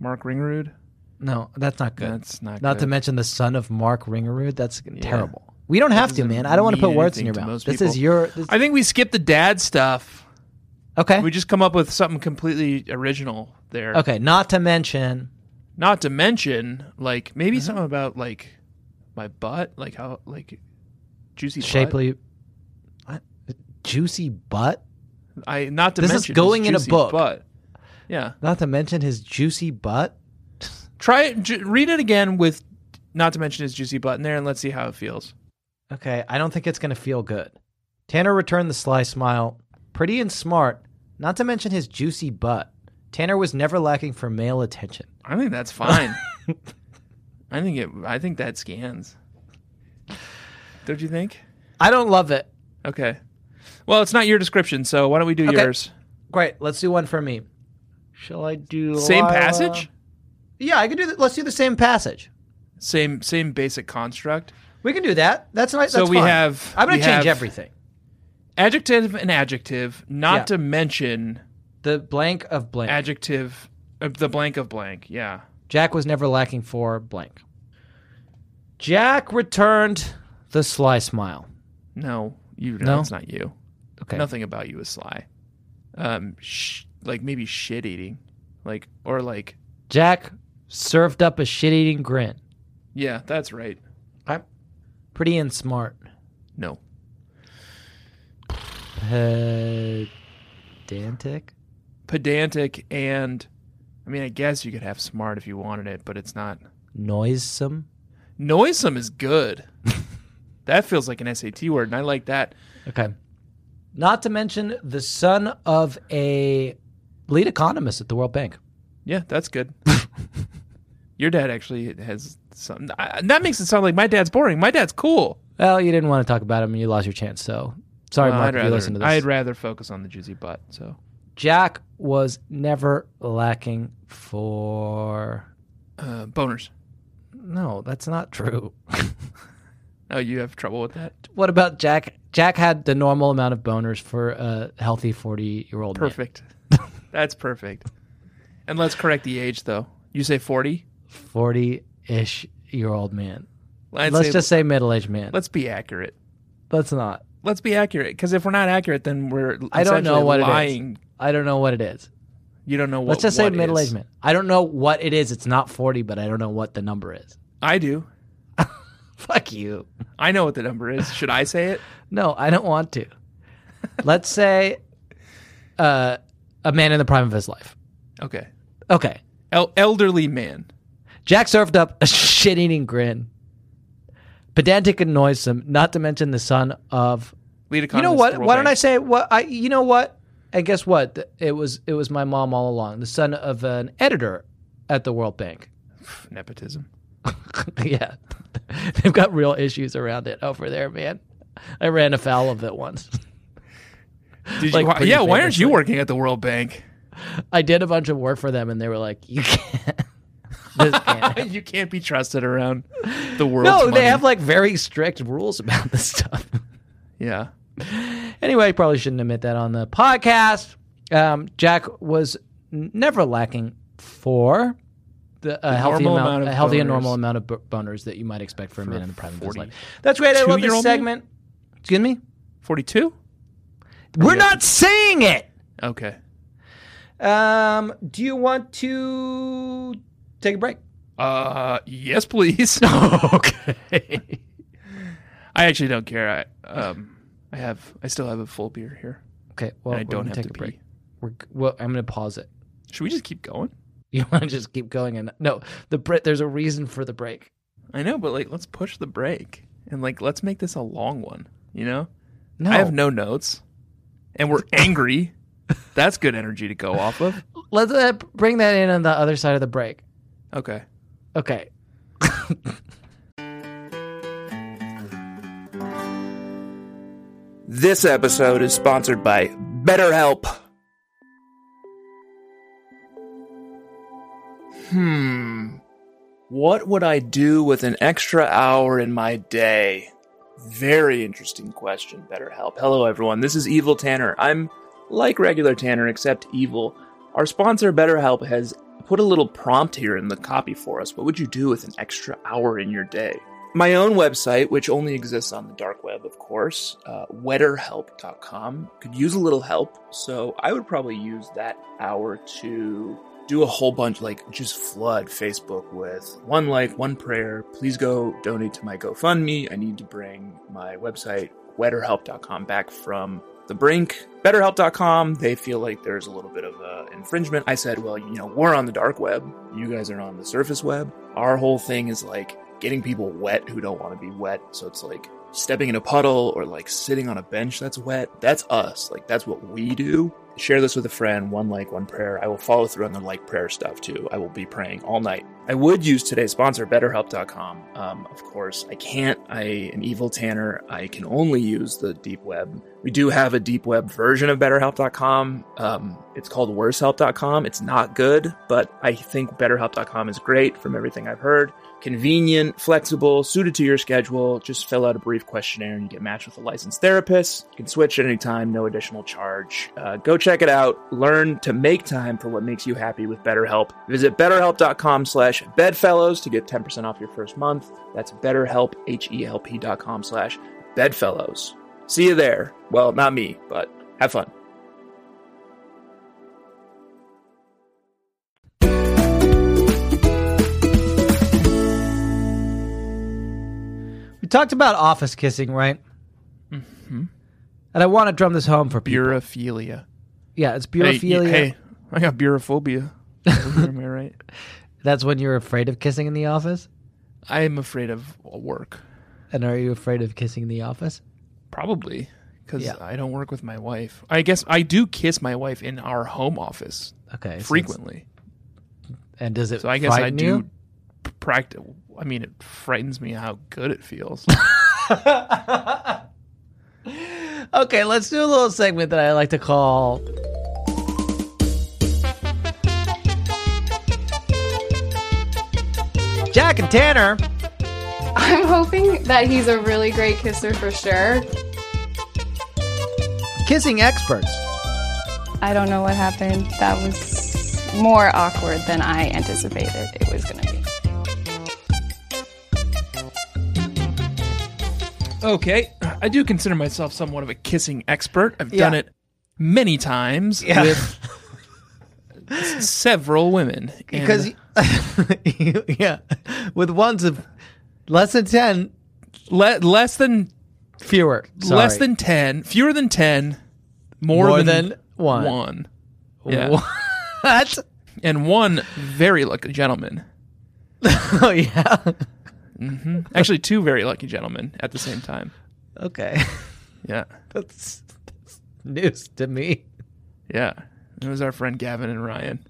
Speaker 3: Mark Ringrud.
Speaker 2: No, that's not good.
Speaker 3: That's not
Speaker 2: Not
Speaker 3: good.
Speaker 2: to mention the son of Mark Ringerud. That's terrible. We don't have to,
Speaker 3: doesn't
Speaker 2: man. I don't want to
Speaker 3: mean
Speaker 2: put words in
Speaker 3: anything
Speaker 2: your
Speaker 3: to
Speaker 2: mouth.
Speaker 3: most
Speaker 2: This is
Speaker 3: people.
Speaker 2: your. This,
Speaker 3: I think we skipped the dad stuff.
Speaker 2: okay.
Speaker 3: We just come up with something completely original there.
Speaker 2: Eh. Okay. Not to mention.
Speaker 3: Not to mention, like maybe
Speaker 2: Uh-huh.
Speaker 3: something about like my butt, like how like juicy butt.
Speaker 2: shapely What? juicy butt
Speaker 3: I not to
Speaker 2: This is
Speaker 3: mention
Speaker 2: going
Speaker 3: his
Speaker 2: in a
Speaker 3: juicy
Speaker 2: book.
Speaker 3: butt. Yeah,
Speaker 2: not to mention his juicy butt
Speaker 3: try it. Ju- read it again with not to mention his juicy butt in there, and let's see how it feels.
Speaker 2: okay i don't think it's going to feel good tanner returned the sly smile Pretty and smart, not to mention his juicy butt. Tanner was never lacking for male attention.
Speaker 3: I think that's fine. I think it. I think that scans. Don't you think?
Speaker 2: I don't love it.
Speaker 3: Okay. Well, it's not your description, so why don't we do
Speaker 2: Okay.
Speaker 3: yours?
Speaker 2: Great, let's do one for me. Shall I do
Speaker 3: Same
Speaker 2: Lila?
Speaker 3: passage,
Speaker 2: Yeah, I could do. The, let's do the same passage.
Speaker 3: same same basic construct.
Speaker 2: We can do that. That's nice.
Speaker 3: So
Speaker 2: that's
Speaker 3: we
Speaker 2: fine.
Speaker 3: have-
Speaker 2: I'm gonna
Speaker 3: we
Speaker 2: change
Speaker 3: have-
Speaker 2: everything.
Speaker 3: Adjective and adjective, not
Speaker 2: Yeah.
Speaker 3: to mention
Speaker 2: The blank of blank.
Speaker 3: adjective, uh, the blank of blank. Yeah.
Speaker 2: Jack was never lacking for blank. Jack returned the sly smile.
Speaker 3: No, you.
Speaker 2: No?
Speaker 3: No, it's not you.
Speaker 2: Okay.
Speaker 3: Nothing about you is sly. Um, sh- like maybe shit eating, like or like
Speaker 2: Jack served up a shit-eating grin.
Speaker 3: yeah, that's right.
Speaker 2: I'm pretty and smart.
Speaker 3: No,
Speaker 2: Pedantic.
Speaker 3: pedantic and, I mean, I guess you could have smart if you wanted it, but it's not.
Speaker 2: Noisome.
Speaker 3: Noisome is good. that feels like an SAT word, and I like that.
Speaker 2: Okay. Not to mention the son of a lead economist at the World Bank.
Speaker 3: Yeah, that's good. Your dad actually has some. I, that makes it sound like my dad's boring. My dad's cool.
Speaker 2: Well, you didn't want to talk about him and you lost your chance, so sorry,
Speaker 3: Well,
Speaker 2: Mark,
Speaker 3: I'd,
Speaker 2: if
Speaker 3: rather,
Speaker 2: you listen to this.
Speaker 3: I'd rather focus on the juicy butt. So
Speaker 2: Jack was never lacking for.
Speaker 3: uh, boners.
Speaker 2: No, that's not true.
Speaker 3: Oh, you have trouble with that?
Speaker 2: what about Jack? Jack had the normal amount of boners for a healthy 40 year old.
Speaker 3: Perfect. that's perfect. And let's correct the age though. You say forty.
Speaker 2: 40 ish year old man.
Speaker 3: I'd
Speaker 2: let's
Speaker 3: say-
Speaker 2: just say middle aged man. Let's,
Speaker 3: let's be accurate.
Speaker 2: not.
Speaker 3: Let's be accurate because if we're not accurate, then we're
Speaker 2: I don't know
Speaker 3: essentially
Speaker 2: what it is.
Speaker 3: lying.
Speaker 2: I don't know what it is.
Speaker 3: You don't know what.
Speaker 2: let's just say
Speaker 3: what is.
Speaker 2: middle aged man. I don't know what it is. It's not 40, but I don't know what the number is.
Speaker 3: I do.
Speaker 2: Fuck you.
Speaker 3: I know what the number is. Should I say it?
Speaker 2: No, I don't want to. let's say uh, a man in the prime of his life.
Speaker 3: Okay.
Speaker 2: Okay.
Speaker 3: El- elderly man.
Speaker 2: Jack served up a shit eating grin. Pedantic and noisome, not to mention the son of
Speaker 3: Lead
Speaker 2: you
Speaker 3: economist.
Speaker 2: know what?
Speaker 3: World
Speaker 2: Why don't I
Speaker 3: Bank.
Speaker 2: say what I? You know what? And guess what? Th- It was it was my mom all along, the son of an editor at the World Bank.
Speaker 3: Pff, nepotism?
Speaker 2: yeah, they've got real issues around it over there, man. I ran afoul of it once.
Speaker 3: Did
Speaker 2: Like,
Speaker 3: you, why-
Speaker 2: pretty
Speaker 3: yeah. Why aren't you
Speaker 2: famously.
Speaker 3: working at the World Bank?
Speaker 2: I did a bunch of work for them, and they were like, "You can't." this can't.
Speaker 3: you can't be trusted around the world.
Speaker 2: No, they have like very strict rules about this stuff.
Speaker 3: yeah.
Speaker 2: Anyway, I probably shouldn't admit that on the podcast. Um, Jack was n- never lacking for the a healthy
Speaker 3: normal
Speaker 2: amount,
Speaker 3: amount of
Speaker 2: a healthy and
Speaker 3: boners.
Speaker 2: normal amount of bo- boners that you might expect for a man in the prime of his
Speaker 3: 40
Speaker 2: life. That's great. I love this
Speaker 3: two-year-old man?
Speaker 2: segment. Excuse me.
Speaker 3: Forty-two.
Speaker 2: We're not saying it.
Speaker 3: Okay.
Speaker 2: Um, do you want to take a break?
Speaker 3: Uh, yes, please.
Speaker 2: okay.
Speaker 3: I actually don't care. I um, I have, I still have a full beer here,
Speaker 2: Okay. Well,
Speaker 3: and I
Speaker 2: we're
Speaker 3: don't
Speaker 2: gonna
Speaker 3: have
Speaker 2: take
Speaker 3: to
Speaker 2: a
Speaker 3: pee.
Speaker 2: break. We're, g- well, I'm going to pause it.
Speaker 3: Should we just keep going?
Speaker 2: You want to just keep going and no, the break. There's a reason for the break.
Speaker 3: I know, but like, let's push the break and like, let's make this a long one. You know,
Speaker 2: No,
Speaker 3: I have no notes, and we're angry. That's good energy to go off of.
Speaker 2: Let's uh, bring that in on the other side of the break.
Speaker 3: Okay.
Speaker 2: Okay.
Speaker 4: This episode is sponsored by BetterHelp. Hmm. What would I do with an extra hour in my day? Very interesting question, BetterHelp. Hello, everyone. This is Evil Tanner. I'm like regular Tanner, except evil. Our sponsor, BetterHelp, has put a little prompt here in the copy for us. What would you do with an extra hour in your day? my own website, which only exists on the dark web, of course, uh, wetterhelp.com, could use a little help. So I would probably use that hour to do a whole bunch, like just flood Facebook with one like, one prayer. Please go donate to my GoFundMe. I need to bring my website, wetterhelp.com, back from the brink. BetterHelp.com, they feel like there's a little bit of uh, infringement. I said, well, you know, we're on the dark web. You guys are on the surface web. Our whole thing is like getting people wet who don't want to be wet. So it's like stepping in a puddle or like sitting on a bench that's wet. That's us. Like that's what we do. Share this with a friend, one like, one prayer. I will follow through on the like prayer stuff too. I will be praying all night. I would use today's sponsor, betterhelp.com. Um, of course, I can't. I am evil tanner. I can only use the deep web. We do have a deep web version of betterhelp.com. Um, it's called worsehelp.com. It's not good, but I think betterhelp.com is great from everything I've heard convenient, flexible, suited to your schedule. Just fill out a brief questionnaire and you get matched with a licensed therapist. You can switch at any time, no additional charge. Uh, go check it out. Learn to make time for what makes you happy with BetterHelp. Visit betterhelp.com slash bedfellows to get 10% off your first month. That's betterhelp, H-E-L-P dot com slash bedfellows. See you there. Well, not me, but have fun.
Speaker 2: We talked about office kissing, right? Mm-hmm. And I want to drum this home for people.
Speaker 3: Burophilia.
Speaker 2: yeah, it's
Speaker 3: Hey, y-
Speaker 2: burophilia.
Speaker 3: Hey, I got burophobia. Am I right?
Speaker 2: That's when you're afraid of kissing in the office.
Speaker 3: I am afraid of work,
Speaker 2: And are you afraid of kissing in the office?
Speaker 3: probably, because
Speaker 2: Yeah.
Speaker 3: I don't work with my wife. I guess I do kiss my wife in our home office
Speaker 2: Okay. so it's-
Speaker 3: frequently.
Speaker 2: and does it?
Speaker 3: So I guess I
Speaker 2: frighten
Speaker 3: do
Speaker 2: you?
Speaker 3: practice. I mean, it frightens me how good it feels.
Speaker 2: Okay, let's do a little segment that I like to call. Jack and Tanner.
Speaker 5: I'm hoping that he's a really great kisser for sure.
Speaker 2: kissing experts.
Speaker 5: I don't know what happened. That was more awkward than I anticipated it was going to be.
Speaker 3: okay, I do consider myself somewhat of a kissing expert. I've
Speaker 2: Yeah.
Speaker 3: done it many times
Speaker 2: Yeah.
Speaker 3: with s- several women.
Speaker 2: Because,
Speaker 3: and-
Speaker 2: yeah, with ones of less than 10,
Speaker 3: le- less than
Speaker 2: fewer.
Speaker 3: less
Speaker 2: Sorry.
Speaker 3: than 10 fewer than 10 more,
Speaker 2: More than one.
Speaker 3: one yeah.
Speaker 2: What?
Speaker 3: and one very lucky gentleman
Speaker 2: Oh, yeah.
Speaker 3: actually two very lucky gentlemen at the same time
Speaker 2: Okay.
Speaker 3: yeah
Speaker 2: That's, that's news to me.
Speaker 3: yeah it was our friend gavin and ryan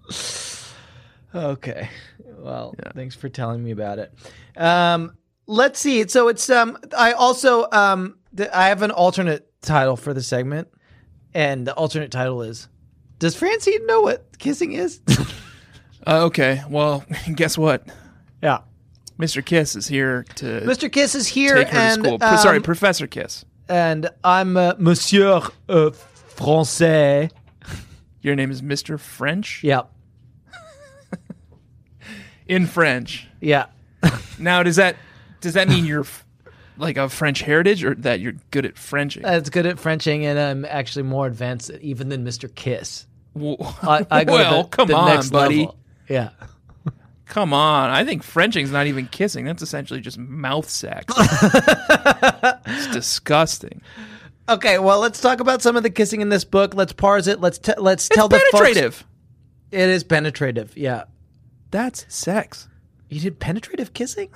Speaker 2: Okay. Well, thanks for telling me about it. Um, let's see. So it's um I also um th- I have an alternate title for the segment and the alternate title is Does Francine know what kissing is?
Speaker 3: uh, okay well guess what
Speaker 2: yeah.
Speaker 3: mr kiss is here to
Speaker 2: Mr. Kiss is here
Speaker 3: take her
Speaker 2: and
Speaker 3: to school Pro- sorry
Speaker 2: um,
Speaker 3: professor kiss
Speaker 2: and I'm uh, Monsieur uh, Français.
Speaker 3: your name is mr french
Speaker 2: Yeah.
Speaker 3: in french
Speaker 2: Yeah.
Speaker 3: now does that does that mean you're f- like of french heritage or that you're good at frenching
Speaker 2: That's good at Frenching and I'm actually more advanced at- even than Mr. Kiss.
Speaker 3: Well,
Speaker 2: I, I go
Speaker 3: well
Speaker 2: to the,
Speaker 3: come
Speaker 2: the
Speaker 3: on,
Speaker 2: next
Speaker 3: buddy.
Speaker 2: level. Yeah.
Speaker 3: Come on. I think Frenching's not even kissing. That's essentially just mouth sex. it's disgusting.
Speaker 2: Okay, well, let's talk about some of the kissing in this book. Let's parse it. Let's t- let's tell the folks-
Speaker 3: Penetrative.
Speaker 2: It is penetrative. Yeah,
Speaker 3: That's sex.
Speaker 2: you did penetrative kissing.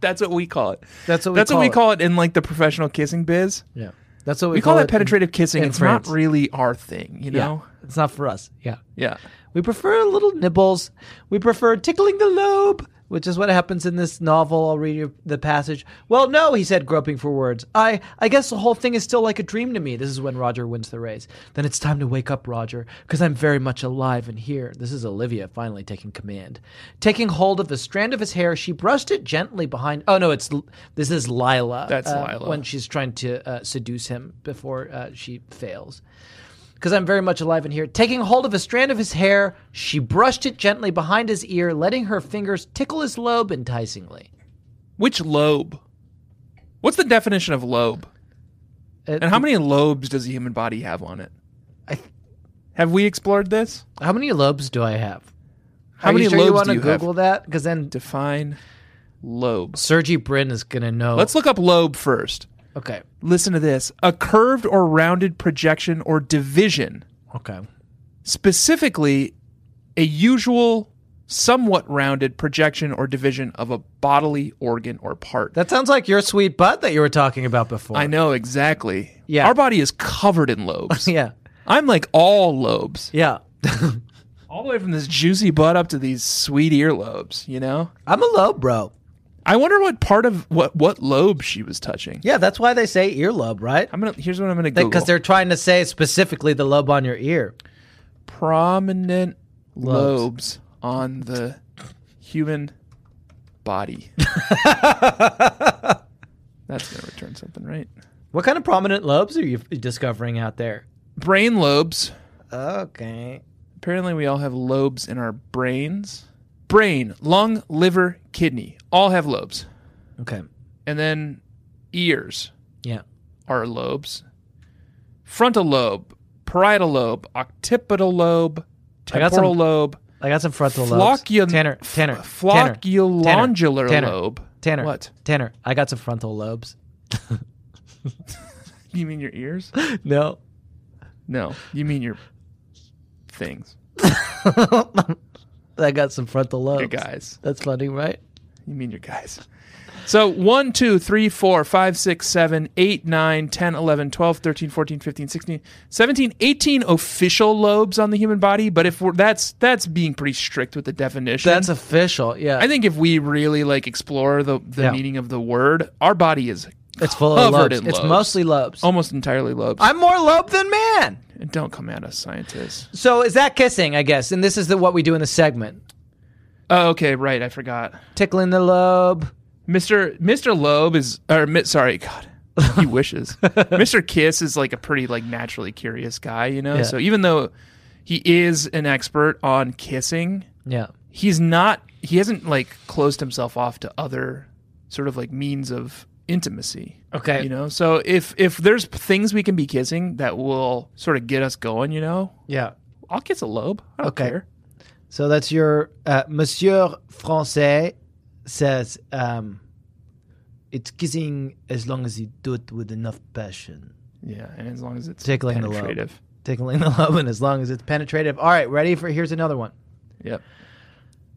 Speaker 3: That's what we call it.
Speaker 2: That's what we
Speaker 3: That's
Speaker 2: call
Speaker 3: what we
Speaker 2: it.
Speaker 3: call it in like the professional kissing biz.
Speaker 2: Yeah, that's what we,
Speaker 3: We, call,
Speaker 2: it
Speaker 3: that
Speaker 2: in-
Speaker 3: penetrative kissing.
Speaker 2: in
Speaker 3: it's
Speaker 2: France.
Speaker 3: not really our thing, you
Speaker 2: Yeah,
Speaker 3: know?
Speaker 2: it's not for us. Yeah,
Speaker 3: Yeah.
Speaker 2: we prefer little nibbles. We prefer tickling the lobe, which is what happens in this novel. I'll read you the passage. Well, no, he said, groping for words. I I guess the whole thing is still like a dream to me. This is when Roger wins the race. Then it's time to wake up, Roger, because I'm very much alive and here. This is Olivia finally taking command. Taking hold of the strand of his hair, she brushed it gently behind. Oh no, it's L- this is Lila.
Speaker 3: That's
Speaker 2: uh,
Speaker 3: Lila.
Speaker 2: when she's trying to uh, seduce him before uh, she fails because I'm very much alive in here. Taking hold of a strand of his hair, she brushed it gently behind his ear, letting her fingers tickle his lobe enticingly.
Speaker 3: Which lobe? What's the definition of lobe?
Speaker 2: It-
Speaker 3: And how many lobes does the human body have on it?
Speaker 2: I th-
Speaker 3: Have we explored this?
Speaker 2: How many lobes do I have?
Speaker 3: How
Speaker 2: Are
Speaker 3: many
Speaker 2: you sure you
Speaker 3: lobes
Speaker 2: wanna
Speaker 3: do you
Speaker 2: Google
Speaker 3: have?
Speaker 2: that? Because then
Speaker 3: Define lobe.
Speaker 2: Sergi Brin is gonna know.
Speaker 3: Let's look up lobe first.
Speaker 2: okay.
Speaker 3: listen to this a curved or rounded projection or division,
Speaker 2: Okay.
Speaker 3: specifically a usual somewhat rounded projection or division of a bodily organ or part.
Speaker 2: That sounds like your sweet butt that you were talking about before.
Speaker 3: I know exactly.
Speaker 2: Yeah.
Speaker 3: Our body is covered in lobes.
Speaker 2: Yeah.
Speaker 3: I'm like all lobes.
Speaker 2: Yeah.
Speaker 3: All the way from this juicy butt up to these sweet earlobes, you know?
Speaker 2: I'm a lobe, bro.
Speaker 3: I wonder what part of what what lobe she was touching.
Speaker 2: Yeah, that's why they say earlobe, right?
Speaker 3: I'm gonna here's what I'm gonna Google.
Speaker 2: Because they're trying to say specifically the lobe on your ear.
Speaker 3: prominent
Speaker 2: Lobes.
Speaker 3: lobes on the human body. That's going to return something, right?
Speaker 2: What kind of prominent lobes are you f- discovering out there?
Speaker 3: Brain lobes.
Speaker 2: Okay.
Speaker 3: Apparently, we all have lobes in our brains. Brain, lung, liver, kidney all have lobes.
Speaker 2: Okay.
Speaker 3: And then ears
Speaker 2: Yeah.
Speaker 3: are lobes. Frontal lobe, parietal lobe, occipital lobe,
Speaker 2: I got some
Speaker 3: temporal lobe,
Speaker 2: I got some frontal lobes.
Speaker 3: Flocculon-
Speaker 2: Tanner,
Speaker 3: f-
Speaker 2: Tanner, Tanner,
Speaker 3: flocculongular
Speaker 2: Tanner,
Speaker 3: lobe.
Speaker 2: Tanner,
Speaker 3: What?
Speaker 2: Tanner, I got some frontal lobes.
Speaker 3: You mean your ears?
Speaker 2: No.
Speaker 3: No, you mean your things,
Speaker 2: I got some frontal lobes.
Speaker 3: your guys.
Speaker 2: That's funny, right?
Speaker 3: You mean your guys. So 1, 2, 3, 4, 5, 6, 7, 8, 9, 10, 11, 12, 13, 14, 15, 16, 17, 18 official lobes on the human body. But if we're, that's that's being pretty strict with the definition.
Speaker 2: That's official. Yeah.
Speaker 3: I think if we really like explore the, the
Speaker 2: Yeah.
Speaker 3: meaning of the word, our body is
Speaker 2: it's full of
Speaker 3: covered
Speaker 2: lobes.
Speaker 3: in
Speaker 2: It's
Speaker 3: lobes. Oh,
Speaker 2: mostly lobes.
Speaker 3: almost entirely lobes.
Speaker 2: I'm more lobe than man.
Speaker 3: and don't come at us, scientists.
Speaker 2: So is that kissing, I guess? And this is the, what we do in the segment.
Speaker 3: Oh, okay, right. I forgot.
Speaker 2: Tickling the lobe.
Speaker 3: Mr. Mr. Loeb is or mi- sorry, God, he wishes. Mr. Kiss is like a pretty like naturally curious guy, you know.
Speaker 2: Yeah.
Speaker 3: So even though he is an expert on kissing,
Speaker 2: Yeah.
Speaker 3: he's not. He hasn't like closed himself off to other sort of like means of intimacy.
Speaker 2: Okay.
Speaker 3: You know, so if if there's things we can be kissing that will sort of get us going, you know,
Speaker 2: Yeah.
Speaker 3: I'll kiss a lobe. I don't
Speaker 2: Okay.
Speaker 3: care.
Speaker 2: So that's your uh, Monsieur Francais says um, it's kissing as long as you do it with enough passion.
Speaker 3: Yeah, and as long as it's
Speaker 2: Tickling the lobe.
Speaker 3: penetrative.
Speaker 2: Tickling the lobe, and as long as it's penetrative. All right, ready for here's another one.
Speaker 3: Yep.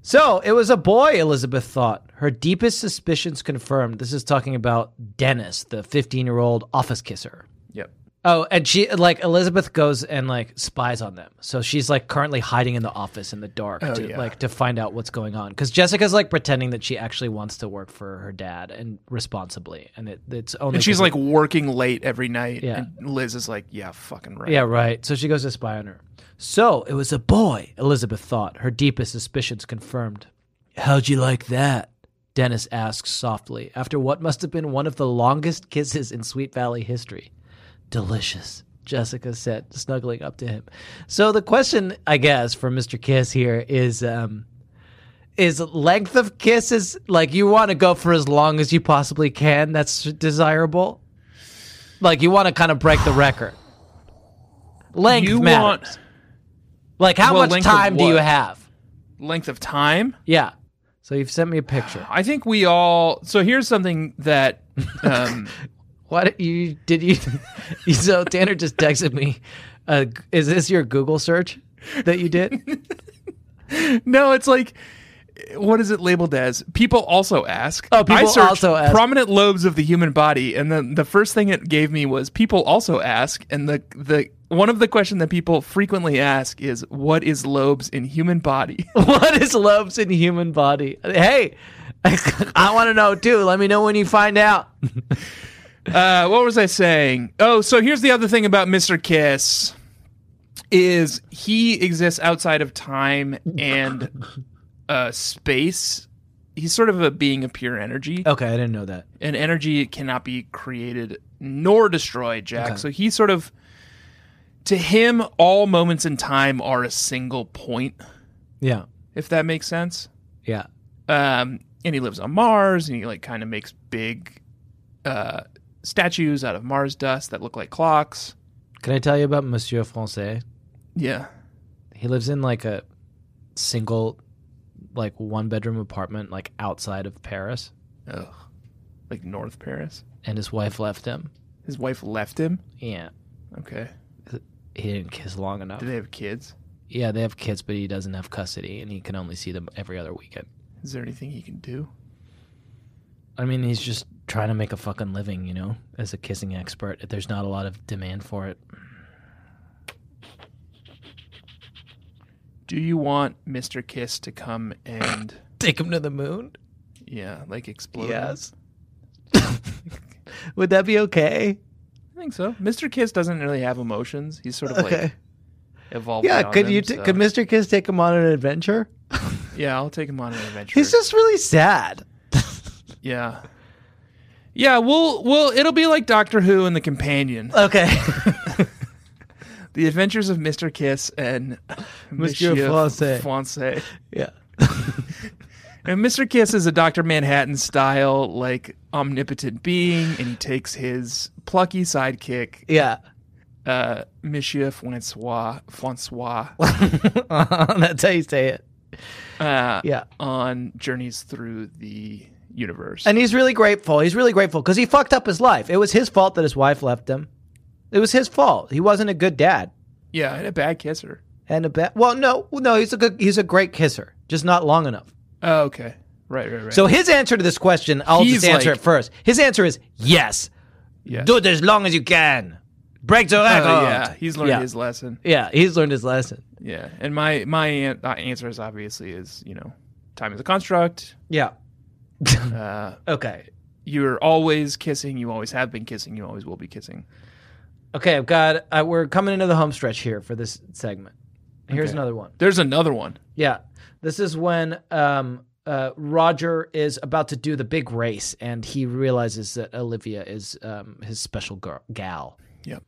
Speaker 2: So it was a boy, Elizabeth thought. Her deepest suspicions confirmed. This is talking about Dennis, the 15 year old office kisser.
Speaker 3: Yep.
Speaker 2: Oh, and she like Elizabeth goes and like spies on them. So she's like currently hiding in the office in the dark to
Speaker 3: yeah.
Speaker 2: like to find out what's going on because Jessica's like pretending that she actually wants to work for her dad and responsibly, and it, it's only
Speaker 3: And she's
Speaker 2: 'cause
Speaker 3: like
Speaker 2: of-
Speaker 3: working late every night.
Speaker 2: Yeah.
Speaker 3: And Liz is like, yeah, fucking right.
Speaker 2: yeah, right. So she goes to spy on her. So it was a boy, Elizabeth thought. Her deepest suspicions confirmed. How'd you like that? Dennis asks softly after what must have been one of the longest kisses in Sweet Valley history. delicious, Jessica said, snuggling up to him. So the question, I guess, for Mr. Kiss here is um is length of kisses like you want to go for as long as you possibly can? That's desirable. Like you want to kind of break the record. Length
Speaker 3: You
Speaker 2: matters.
Speaker 3: want
Speaker 2: like how
Speaker 3: well,
Speaker 2: much
Speaker 3: length of
Speaker 2: time do you
Speaker 3: what?
Speaker 2: have?
Speaker 3: length of time.
Speaker 2: Yeah. So you've sent me a picture.
Speaker 3: I think we all. So here's something that. Um,
Speaker 2: What you did you? you- so Tanner just texted me. Uh, is this your Google search that you did?
Speaker 3: no, it's like. What is it labeled as? People also ask.
Speaker 2: Oh, people
Speaker 3: I searched
Speaker 2: also ask.
Speaker 3: Prominent lobes of the human body, and then the first thing it gave me was people also ask, and the the one of the question that people frequently ask is what is lobes in human body?
Speaker 2: What is love's in human body? Hey, I want to know too. Let me know when you find out.
Speaker 3: Uh, what was I saying? Oh, so here's the other thing about Mr. Kiss is he exists outside of time and uh, space. He's sort of a being of pure energy,
Speaker 2: Okay, I didn't know that.
Speaker 3: and energy cannot be created nor destroyed, Jack. So he sort of to him all moments in time are a single point,
Speaker 2: Yeah,
Speaker 3: if that makes sense
Speaker 2: yeah.
Speaker 3: um, and he lives on Mars, and he like kind of makes big uh, statues out of Mars dust that look like clocks.
Speaker 2: Can I tell you about Monsieur Francais?
Speaker 3: Yeah,
Speaker 2: He lives in like a single, like one bedroom apartment, like outside of Paris,
Speaker 3: Ugh. like North Paris.
Speaker 2: and his wife left him.
Speaker 3: His wife left him.
Speaker 2: Yeah,
Speaker 3: Okay,
Speaker 2: he didn't kiss long enough.
Speaker 3: do they have kids?
Speaker 2: yeah, they have kids, but he doesn't have custody, and he can only see them every other weekend.
Speaker 3: Is there anything he can do?
Speaker 2: I mean, he's just trying to make a fucking living, you know, as a kissing expert. There's not a lot of demand for it.
Speaker 3: Do you want Mr. Kiss to come and
Speaker 2: Take him to the moon?
Speaker 3: yeah, like explode?
Speaker 2: Yes. Would that be okay?
Speaker 3: I think so. Mr. Kiss doesn't really have emotions. He's sort of like
Speaker 2: Okay.
Speaker 3: evolved.
Speaker 2: Yeah,
Speaker 3: beyond
Speaker 2: could you
Speaker 3: them,
Speaker 2: t-
Speaker 3: so-
Speaker 2: could Mr. Kiss take him on an adventure?
Speaker 3: Yeah, I'll take him on an adventure.
Speaker 2: He's just really sad.
Speaker 3: Yeah. Yeah, we'll we'll it'll be like Doctor Who and the Companion.
Speaker 2: Okay.
Speaker 3: The Adventures of Mr. Kiss and
Speaker 2: Monsieur Francais.
Speaker 3: Francais.
Speaker 2: yeah.
Speaker 3: And Mr. Kiss is a Dr. Manhattan style, like omnipotent being, and he takes his plucky sidekick,
Speaker 2: Yeah.
Speaker 3: uh, Monsieur Francois Francois
Speaker 2: That's how you say it.
Speaker 3: uh,
Speaker 2: Yeah.
Speaker 3: on journeys through the universe.
Speaker 2: And he's really grateful. He's really grateful because he fucked up his life. It was his fault that his wife left him. It was his fault. He wasn't a good dad.
Speaker 3: yeah, and a bad kisser.
Speaker 2: And a bad. Well, no, no. He's a good. He's a great kisser. Just not long enough.
Speaker 3: Oh, okay. Right, right, right.
Speaker 2: So his answer to this question, I'll
Speaker 3: He's
Speaker 2: just answer
Speaker 3: like-
Speaker 2: it first. His answer is yes.
Speaker 3: Yes.
Speaker 2: Do it as long as you can. Break the
Speaker 3: Uh,
Speaker 2: record.
Speaker 3: yeah, he's learned
Speaker 2: Yeah.
Speaker 3: his lesson.
Speaker 2: Yeah, he's learned his lesson.
Speaker 3: Yeah, and my my an- uh, answer is obviously is you know, time is a construct.
Speaker 2: Yeah.
Speaker 3: Uh,
Speaker 2: Okay.
Speaker 3: you're always kissing. You always have been kissing. You always will be kissing.
Speaker 2: Okay, I've got. I, we're coming into the home stretch here for this segment. Here's
Speaker 3: Okay.
Speaker 2: another one.
Speaker 3: There's another one.
Speaker 2: Yeah. This is when um, uh, Roger is about to do the big race and he realizes that Olivia is um, his special girl, gal.
Speaker 3: Yep.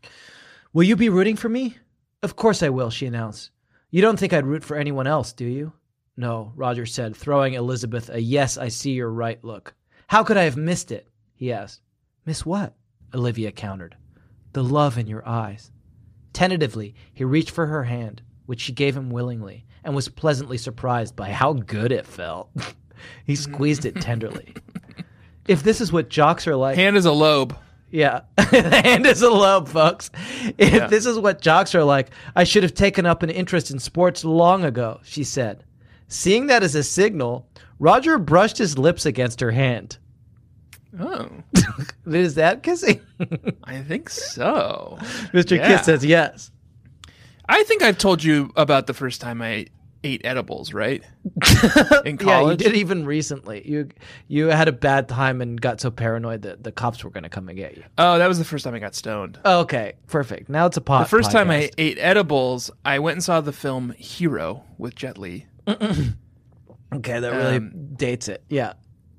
Speaker 2: Will you be rooting for me? Of course I will, she announced. You don't think I'd root for anyone else, do you? No, Roger said, throwing Elizabeth a yes, I see you're right look. How could I have missed it? He asked. Miss what? Olivia countered. The love in your eyes. Tentatively, he reached for her hand, which she gave him willingly, and was pleasantly surprised by how good it felt. he squeezed it tenderly. if this is what jocks are like,
Speaker 3: Hand is a lobe.
Speaker 2: yeah, the hand is a lobe, folks. If this is what jocks are like, I should have taken up an interest in sports long ago, she said. Seeing that as a signal, Roger brushed his lips against her hand.
Speaker 3: Oh,
Speaker 2: Is that kissing?
Speaker 3: I think so.
Speaker 2: Mr.
Speaker 3: Yeah.
Speaker 2: Kiss says yes.
Speaker 3: I think I've told you about the first time I ate edibles, right? In
Speaker 2: Yeah, you
Speaker 3: college.
Speaker 2: did even recently. You you had a bad time and got so paranoid that the cops were going to come and get you.
Speaker 3: oh, that was the first time I got stoned.
Speaker 2: Okay, perfect. Now it's a pot.
Speaker 3: The first time I
Speaker 2: podcast.
Speaker 3: ate edibles, I went and saw the film Hero with Jet Li.
Speaker 2: okay that really
Speaker 3: um,
Speaker 2: dates it. Yeah.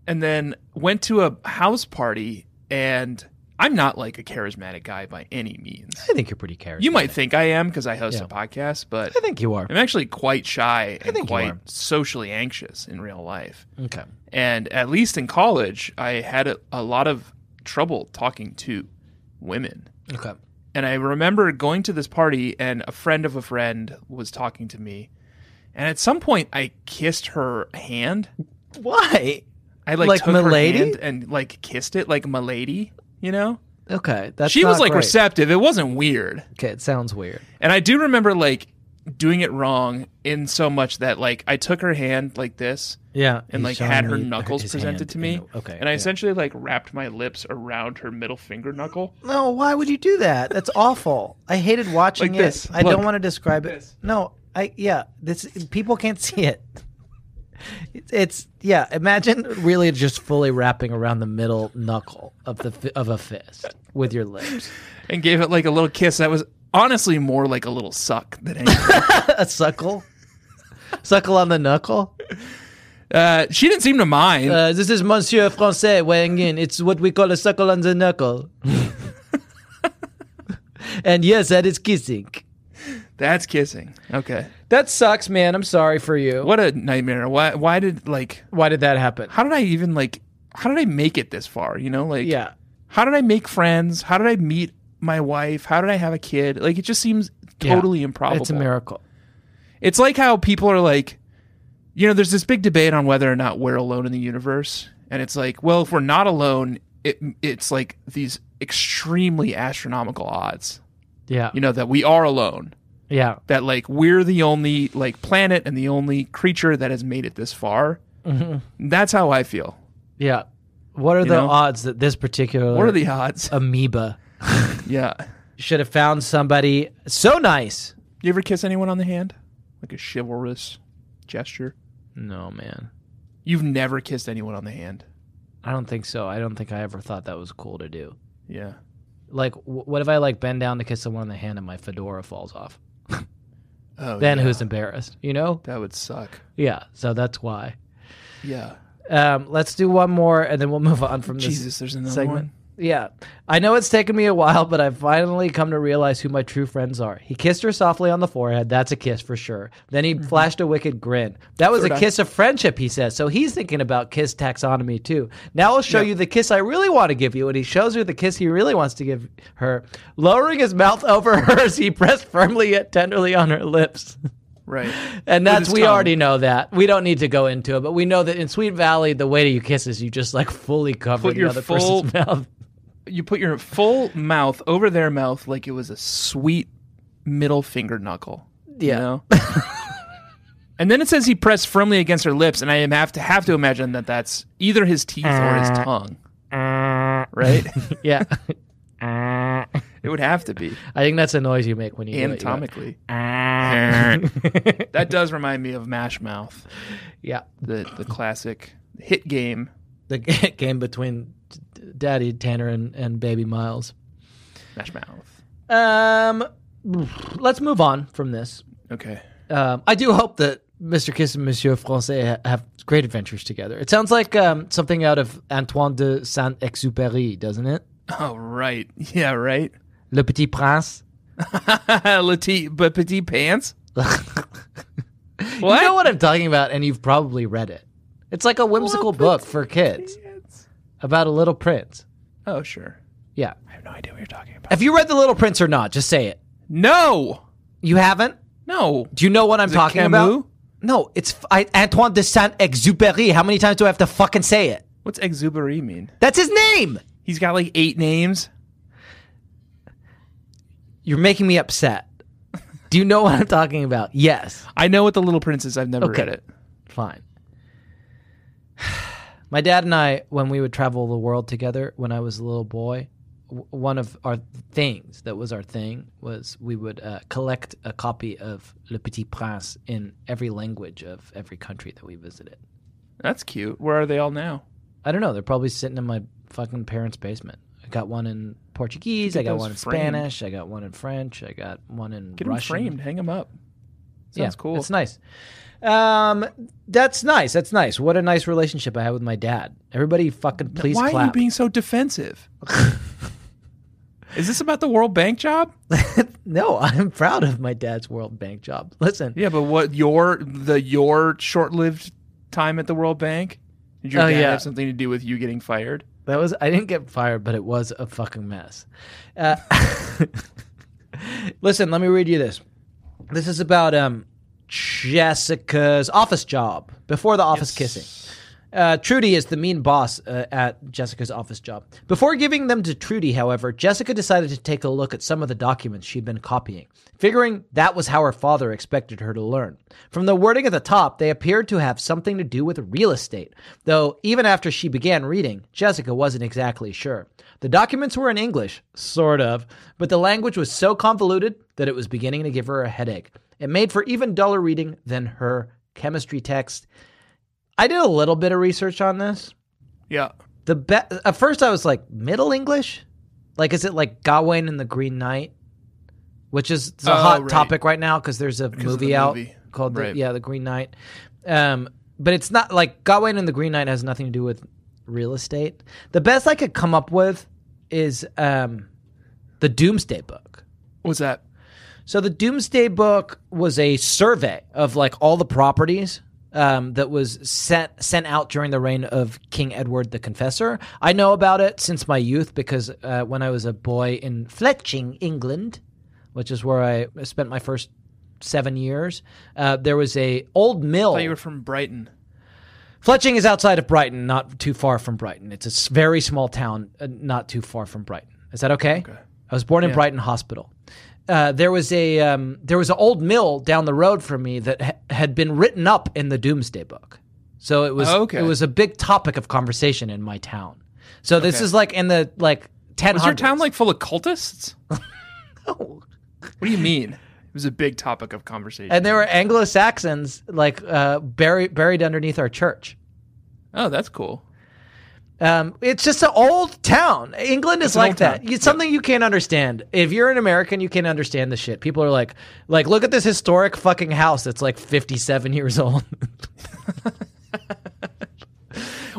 Speaker 3: and then went to a house party and I'm not like a charismatic guy by any means.
Speaker 2: I think you're pretty charismatic.
Speaker 3: You might think I am because I host
Speaker 2: Yeah.
Speaker 3: a podcast, but
Speaker 2: I think you are.
Speaker 3: I'm actually quite shy and
Speaker 2: think you
Speaker 3: quite
Speaker 2: are.
Speaker 3: socially anxious in real life.
Speaker 2: Okay.
Speaker 3: And at least in college, I had a, a lot of trouble talking to women.
Speaker 2: Okay.
Speaker 3: And I remember going to this party, and a friend of a friend was talking to me. And at some point, I kissed her hand.
Speaker 2: Why?
Speaker 3: I like,
Speaker 2: Like
Speaker 3: took
Speaker 2: Milady?
Speaker 3: her hand and like kissed it like Milady, you know?
Speaker 2: Okay, that's
Speaker 3: she was
Speaker 2: not
Speaker 3: like
Speaker 2: great.
Speaker 3: receptive. It wasn't weird.
Speaker 2: Okay, it sounds weird.
Speaker 3: And I do remember like doing it wrong in so much that like I took her hand like this
Speaker 2: Yeah,
Speaker 3: and like had her knuckles presented to me.
Speaker 2: okay,
Speaker 3: And I essentially like wrapped my lips around her middle finger knuckle.
Speaker 2: no. Why would you do that? That's awful. I hated watching
Speaker 3: Like
Speaker 2: it.
Speaker 3: this.
Speaker 2: I
Speaker 3: Look.
Speaker 2: don't want to describe it. No, I yeah. This people can't see it. It's, it's yeah. Imagine really just fully wrapping around the middle knuckle of the fi- of a fist with your lips.
Speaker 3: And gave it like a little kiss that was honestly more like a little suck than anything.
Speaker 2: a suckle, suckle on the knuckle.
Speaker 3: uh, she didn't seem to mind.
Speaker 2: Uh, this is Monsieur Francais weighing in. It's what we call a suckle on the knuckle. and yes, that is kissing.
Speaker 3: That's kissing. Okay.
Speaker 2: That sucks, man. I'm sorry for you.
Speaker 3: What a nightmare. Why why did like
Speaker 2: Why did that happen?
Speaker 3: how did I even like how did I make it this far? You know, like
Speaker 2: Yeah.
Speaker 3: how did I make friends? How did I meet my wife? How did I have a kid? Like it just seems
Speaker 2: Yeah.
Speaker 3: totally improbable.
Speaker 2: It's a miracle.
Speaker 3: It's like how people are like, you know, there's this big debate on whether or not we're alone in the universe, and it's like, well, if we're not alone, it it's like these extremely astronomical odds,
Speaker 2: Yeah.
Speaker 3: you know, that we are alone.
Speaker 2: Yeah.
Speaker 3: that like we're the only like planet and the only creature that has made it this far. That's how I feel.
Speaker 2: Mm-hmm. Yeah. What are the
Speaker 3: know?
Speaker 2: odds that this particular
Speaker 3: What are the odds?
Speaker 2: amoeba
Speaker 3: yeah.
Speaker 2: should have found somebody so nice?
Speaker 3: You ever kiss anyone on the hand? Like a chivalrous gesture?
Speaker 2: No, man.
Speaker 3: You've never kissed anyone on the hand.
Speaker 2: I don't think so. I don't think I ever thought that was cool to do.
Speaker 3: Yeah.
Speaker 2: Like, wh- what if I like bend down to kiss someone on the hand and my fedora falls off?
Speaker 3: Oh,
Speaker 2: Then
Speaker 3: yeah.
Speaker 2: who's embarrassed? You know?
Speaker 3: That would suck.
Speaker 2: Yeah. So that's why.
Speaker 3: Yeah.
Speaker 2: Um, let's do one more, and then we'll move on from this
Speaker 3: Jesus, there's another
Speaker 2: segment.
Speaker 3: one.
Speaker 2: Yeah. I know it's taken me a while, but I've finally come to realize who my true friends are. He kissed her softly on the forehead. That's a kiss for sure. Then
Speaker 3: Mm-hmm.
Speaker 2: he flashed a wicked grin. That was a
Speaker 3: Third eye.
Speaker 2: kiss of friendship, he says. So he's thinking about kiss taxonomy too. Now I'll show you the kiss I really want to give you. And he shows her the kiss he really wants to give her. Lowering his mouth over hers, he pressed firmly yet tenderly on her lips.
Speaker 3: Right.
Speaker 2: And
Speaker 3: With
Speaker 2: that's
Speaker 3: his
Speaker 2: we
Speaker 3: tongue.
Speaker 2: already know that. We don't need to go into it, but we know that in Sweet Valley, the way that you kiss is you just like fully cover
Speaker 3: Put
Speaker 2: the
Speaker 3: your
Speaker 2: other
Speaker 3: full-
Speaker 2: person's mouth.
Speaker 3: You put your full mouth over their mouth like it was a sweet middle finger knuckle.
Speaker 2: Yeah.
Speaker 3: You know? and then it says he pressed firmly against her lips, and I am have to have to imagine that that's either his teeth or his tongue. Right?
Speaker 2: Yeah,
Speaker 3: it would have to be
Speaker 2: I think that's a noise you make when you do it, you go,
Speaker 3: anatomically. that does remind me of Mash Mouth,
Speaker 2: Yeah,
Speaker 3: the the classic hit game.
Speaker 2: the g- game between d- d- Daddy Tanner and, and Baby Miles.
Speaker 3: Mash Mouth.
Speaker 2: Um, let's move on from this.
Speaker 3: Okay.
Speaker 2: Um, I do hope that Mr. Kiss and Monsieur Francais ha- have great adventures together. It sounds like um, something out of Antoine de Saint Exupéry, doesn't it?
Speaker 3: Oh right. Yeah, right.
Speaker 2: Le Petit Prince.
Speaker 3: Petite, but petite pants.
Speaker 2: You
Speaker 3: What?
Speaker 2: know what I'm talking about, and you've probably read it. It's like a whimsical book for kids about a little prince.
Speaker 3: Oh sure.
Speaker 2: Yeah.
Speaker 3: I have no idea what you're talking about.
Speaker 2: Have you read The Little Prince or not? Just say it.
Speaker 3: No.
Speaker 2: You haven't?
Speaker 3: No.
Speaker 2: Do you know what I'm
Speaker 3: Is it
Speaker 2: talking
Speaker 3: Camus?
Speaker 2: about? No, it's f- I, Antoine de Saint Exupéry. How many times do I have to fucking say it?
Speaker 3: What's exubery mean?
Speaker 2: That's his name.
Speaker 3: He's got like eight names.
Speaker 2: You're making me upset. Do you know what I'm talking about? Yes.
Speaker 3: I know what the Little Prince is. I've never
Speaker 2: Okay.
Speaker 3: read it.
Speaker 2: Fine. My dad and I, when we would travel the world together when I was a little boy, w- one of our things that was our thing was we would uh, collect a copy of Le Petit Prince in every language of every country that we visited.
Speaker 3: That's cute. Where are they all now?
Speaker 2: I don't know. They're probably sitting in my fucking parents' basement. I got one in Portuguese.
Speaker 3: Get
Speaker 2: I got
Speaker 3: those
Speaker 2: one in
Speaker 3: framed.
Speaker 2: Spanish. I got one in French. I got one in
Speaker 3: Get
Speaker 2: Russian.
Speaker 3: them framed. Hang them up. Sounds
Speaker 2: yeah,
Speaker 3: cool.
Speaker 2: It's nice. Um, that's nice. That's nice. What a nice relationship I had with my dad. Everybody, fucking please
Speaker 3: Why are you
Speaker 2: clap.
Speaker 3: being so defensive? is this about the World Bank job?
Speaker 2: no, I'm proud of my dad's World Bank job. Listen,
Speaker 3: Yeah, but what your the your short-lived time at the World Bank? Did your
Speaker 2: Oh,
Speaker 3: dad
Speaker 2: yeah.
Speaker 3: have something to do with you getting fired?
Speaker 2: that was I didn't get fired, but it was a fucking mess. Uh, listen, let me read you this. This is about um Jessica's office job before the office kissing. Uh, Trudy is the mean boss uh, at Jessica's office job. Before giving them to Trudy, however, Jessica decided to take a look at some of the documents she'd been copying, figuring that was how her father expected her to learn. From the wording at the top, they appeared to have something to do with real estate, though even after she began reading, Jessica wasn't exactly sure. The documents were in English, sort of, but the language was so convoluted that it was beginning to give her a headache. It made for even duller reading than her chemistry text. I did a little bit of research on this.
Speaker 3: Yeah.
Speaker 2: The be- at first I was like Middle English, like is it like Gawain and the Green Knight, which is a
Speaker 3: Oh,
Speaker 2: hot
Speaker 3: right.
Speaker 2: topic right now because there's a movie
Speaker 3: the
Speaker 2: out
Speaker 3: movie.
Speaker 2: called
Speaker 3: Right.
Speaker 2: the, yeah the Green Knight. Um, but it's not like Gawain and the Green Knight has nothing to do with real estate. The best I could come up with is um, the Doomsday Book.
Speaker 3: What's that?
Speaker 2: So the Doomsday Book was a survey of like all the properties um, that was sent sent out during the reign of King Edward the Confessor. I know about it since my youth because uh, when I was a boy in Fletching, England, which is where I spent my first seven years, uh, there was a old mill.
Speaker 3: I thought you were from Brighton.
Speaker 2: Fletching is outside of Brighton, not too far from Brighton. It's a s- very small town, uh, not too far from Brighton. Is that okay? I was born in Brighton Hospital. uh, there was a um, there was an old mill down the road from me that ha- had been written up in the Doomsday Book. So it was
Speaker 3: Oh, okay.
Speaker 2: it was a big topic of conversation in my town. So this is like in the like ten.
Speaker 3: Was your town like full of cultists? What do you mean? It was a big topic of conversation.
Speaker 2: and there were Anglo Saxons like uh, buried buried underneath our church.
Speaker 3: oh, that's cool.
Speaker 2: Um, it's just an old town. England is
Speaker 3: an
Speaker 2: like
Speaker 3: old town.
Speaker 2: that. It's something you can't understand. If you're an American, you can't understand the shit. People are like, like, look at this historic fucking house that's like 57 years old.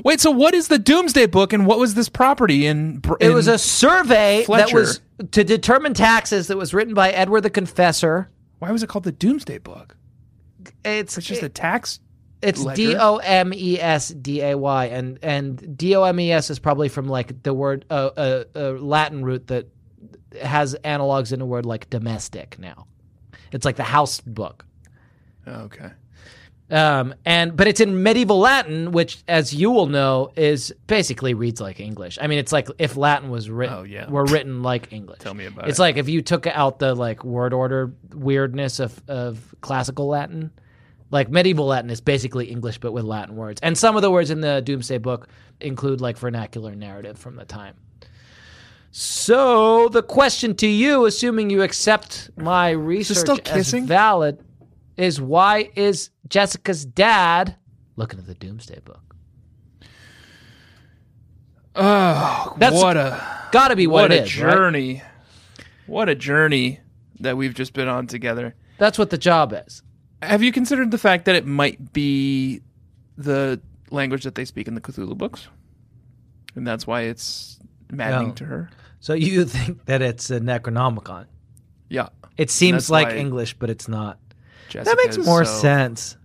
Speaker 3: Wait, so what is the Doomsday Book, and what was this property in? Br-
Speaker 2: it
Speaker 3: in-
Speaker 2: was a survey that
Speaker 3: Fletcher.
Speaker 2: was to determine taxes that was written by Edward the Confessor.
Speaker 3: Why was it called the Doomsday Book?
Speaker 2: It's
Speaker 3: It's just a
Speaker 2: it-
Speaker 3: tax.
Speaker 2: it's
Speaker 3: ledger.
Speaker 2: D O M E S D A Y and and D O M E S is probably from like the word a uh, uh, uh, Latin root that has analogs in a word like domestic now. It's like the house book.
Speaker 3: Okay.
Speaker 2: Um, and but it's in medieval Latin, which, as you will know, is basically reads like English. I mean, it's like if Latin was written,
Speaker 3: Oh, yeah.
Speaker 2: were written like English.
Speaker 3: Tell me about
Speaker 2: It's
Speaker 3: it.
Speaker 2: like if you took out the like word order weirdness of of classical Latin, like medieval Latin is basically English but with Latin words. And some of the words in the Doomsday Book include like vernacular narrative from the time. So the question to you, assuming you accept my research
Speaker 3: still
Speaker 2: as
Speaker 3: kissing?
Speaker 2: valid, is why is Jessica's dad looking at the Doomsday Book?
Speaker 3: Oh,
Speaker 2: That's-
Speaker 3: what a
Speaker 2: Got to be what,
Speaker 3: what
Speaker 2: it
Speaker 3: a
Speaker 2: is. right?
Speaker 3: journey! What a journey that we've just been on together.
Speaker 2: That's what the job is.
Speaker 3: Have you considered the fact that it might be the language that they speak in the Cthulhu books, and that's why it's maddening
Speaker 2: No.
Speaker 3: to her?
Speaker 2: So you think that it's a Necronomicon?
Speaker 3: Yeah,
Speaker 2: It seems
Speaker 3: That's
Speaker 2: like
Speaker 3: why-
Speaker 2: English, but it's not.
Speaker 3: Jessica
Speaker 2: that makes
Speaker 3: is
Speaker 2: more
Speaker 3: so
Speaker 2: sense.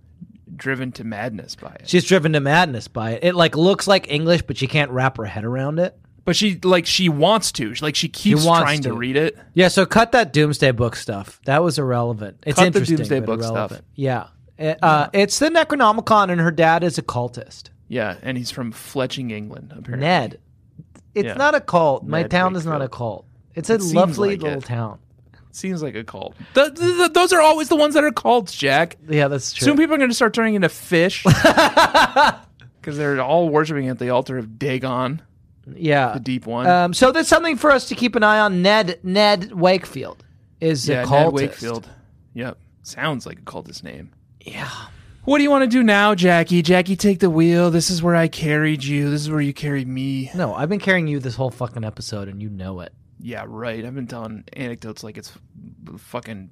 Speaker 3: Driven to madness by it,
Speaker 2: She's driven to madness by it. It like looks like English, but she can't wrap her head around it.
Speaker 3: but she like she wants to. She- Like she keeps
Speaker 2: wants
Speaker 3: trying to.
Speaker 2: to.
Speaker 3: read it.
Speaker 2: Yeah, so cut that Doomsday Book stuff. That was irrelevant. It's
Speaker 3: Cut the
Speaker 2: interesting,
Speaker 3: Doomsday
Speaker 2: but
Speaker 3: Book stuff.
Speaker 2: irrelevant. Yeah, It- uh, it's the Necronomicon, and her dad is a cultist.
Speaker 3: Yeah, and he's from Fletching, England. Apparently,
Speaker 2: Ned, it's
Speaker 3: Yeah.
Speaker 2: not a cult. My
Speaker 3: Ned
Speaker 2: town is not a
Speaker 3: Wakefield.
Speaker 2: cult. It's a
Speaker 3: seems
Speaker 2: lovely
Speaker 3: like
Speaker 2: little
Speaker 3: it.
Speaker 2: town.
Speaker 3: seems like a cult. Th- th- th- those are always the ones that are cults, Jack.
Speaker 2: Yeah, that's true.
Speaker 3: Soon people are going to start turning into fish because they're all worshiping at the altar of Dagon,
Speaker 2: yeah,
Speaker 3: the deep one.
Speaker 2: Um, so that's something for us to keep an eye on. Ned Ned Wakefield is
Speaker 3: yeah,
Speaker 2: a cultist.
Speaker 3: Ned Wakefield. Yep, sounds like a cultist name.
Speaker 2: Yeah.
Speaker 3: What do you want to do now, Jackie? Jackie, take the wheel. This is where I carried you. This is where you carried me.
Speaker 2: No, I've been carrying you this whole fucking episode, and you know it.
Speaker 3: Yeah, right. I've been telling anecdotes like it's f- fucking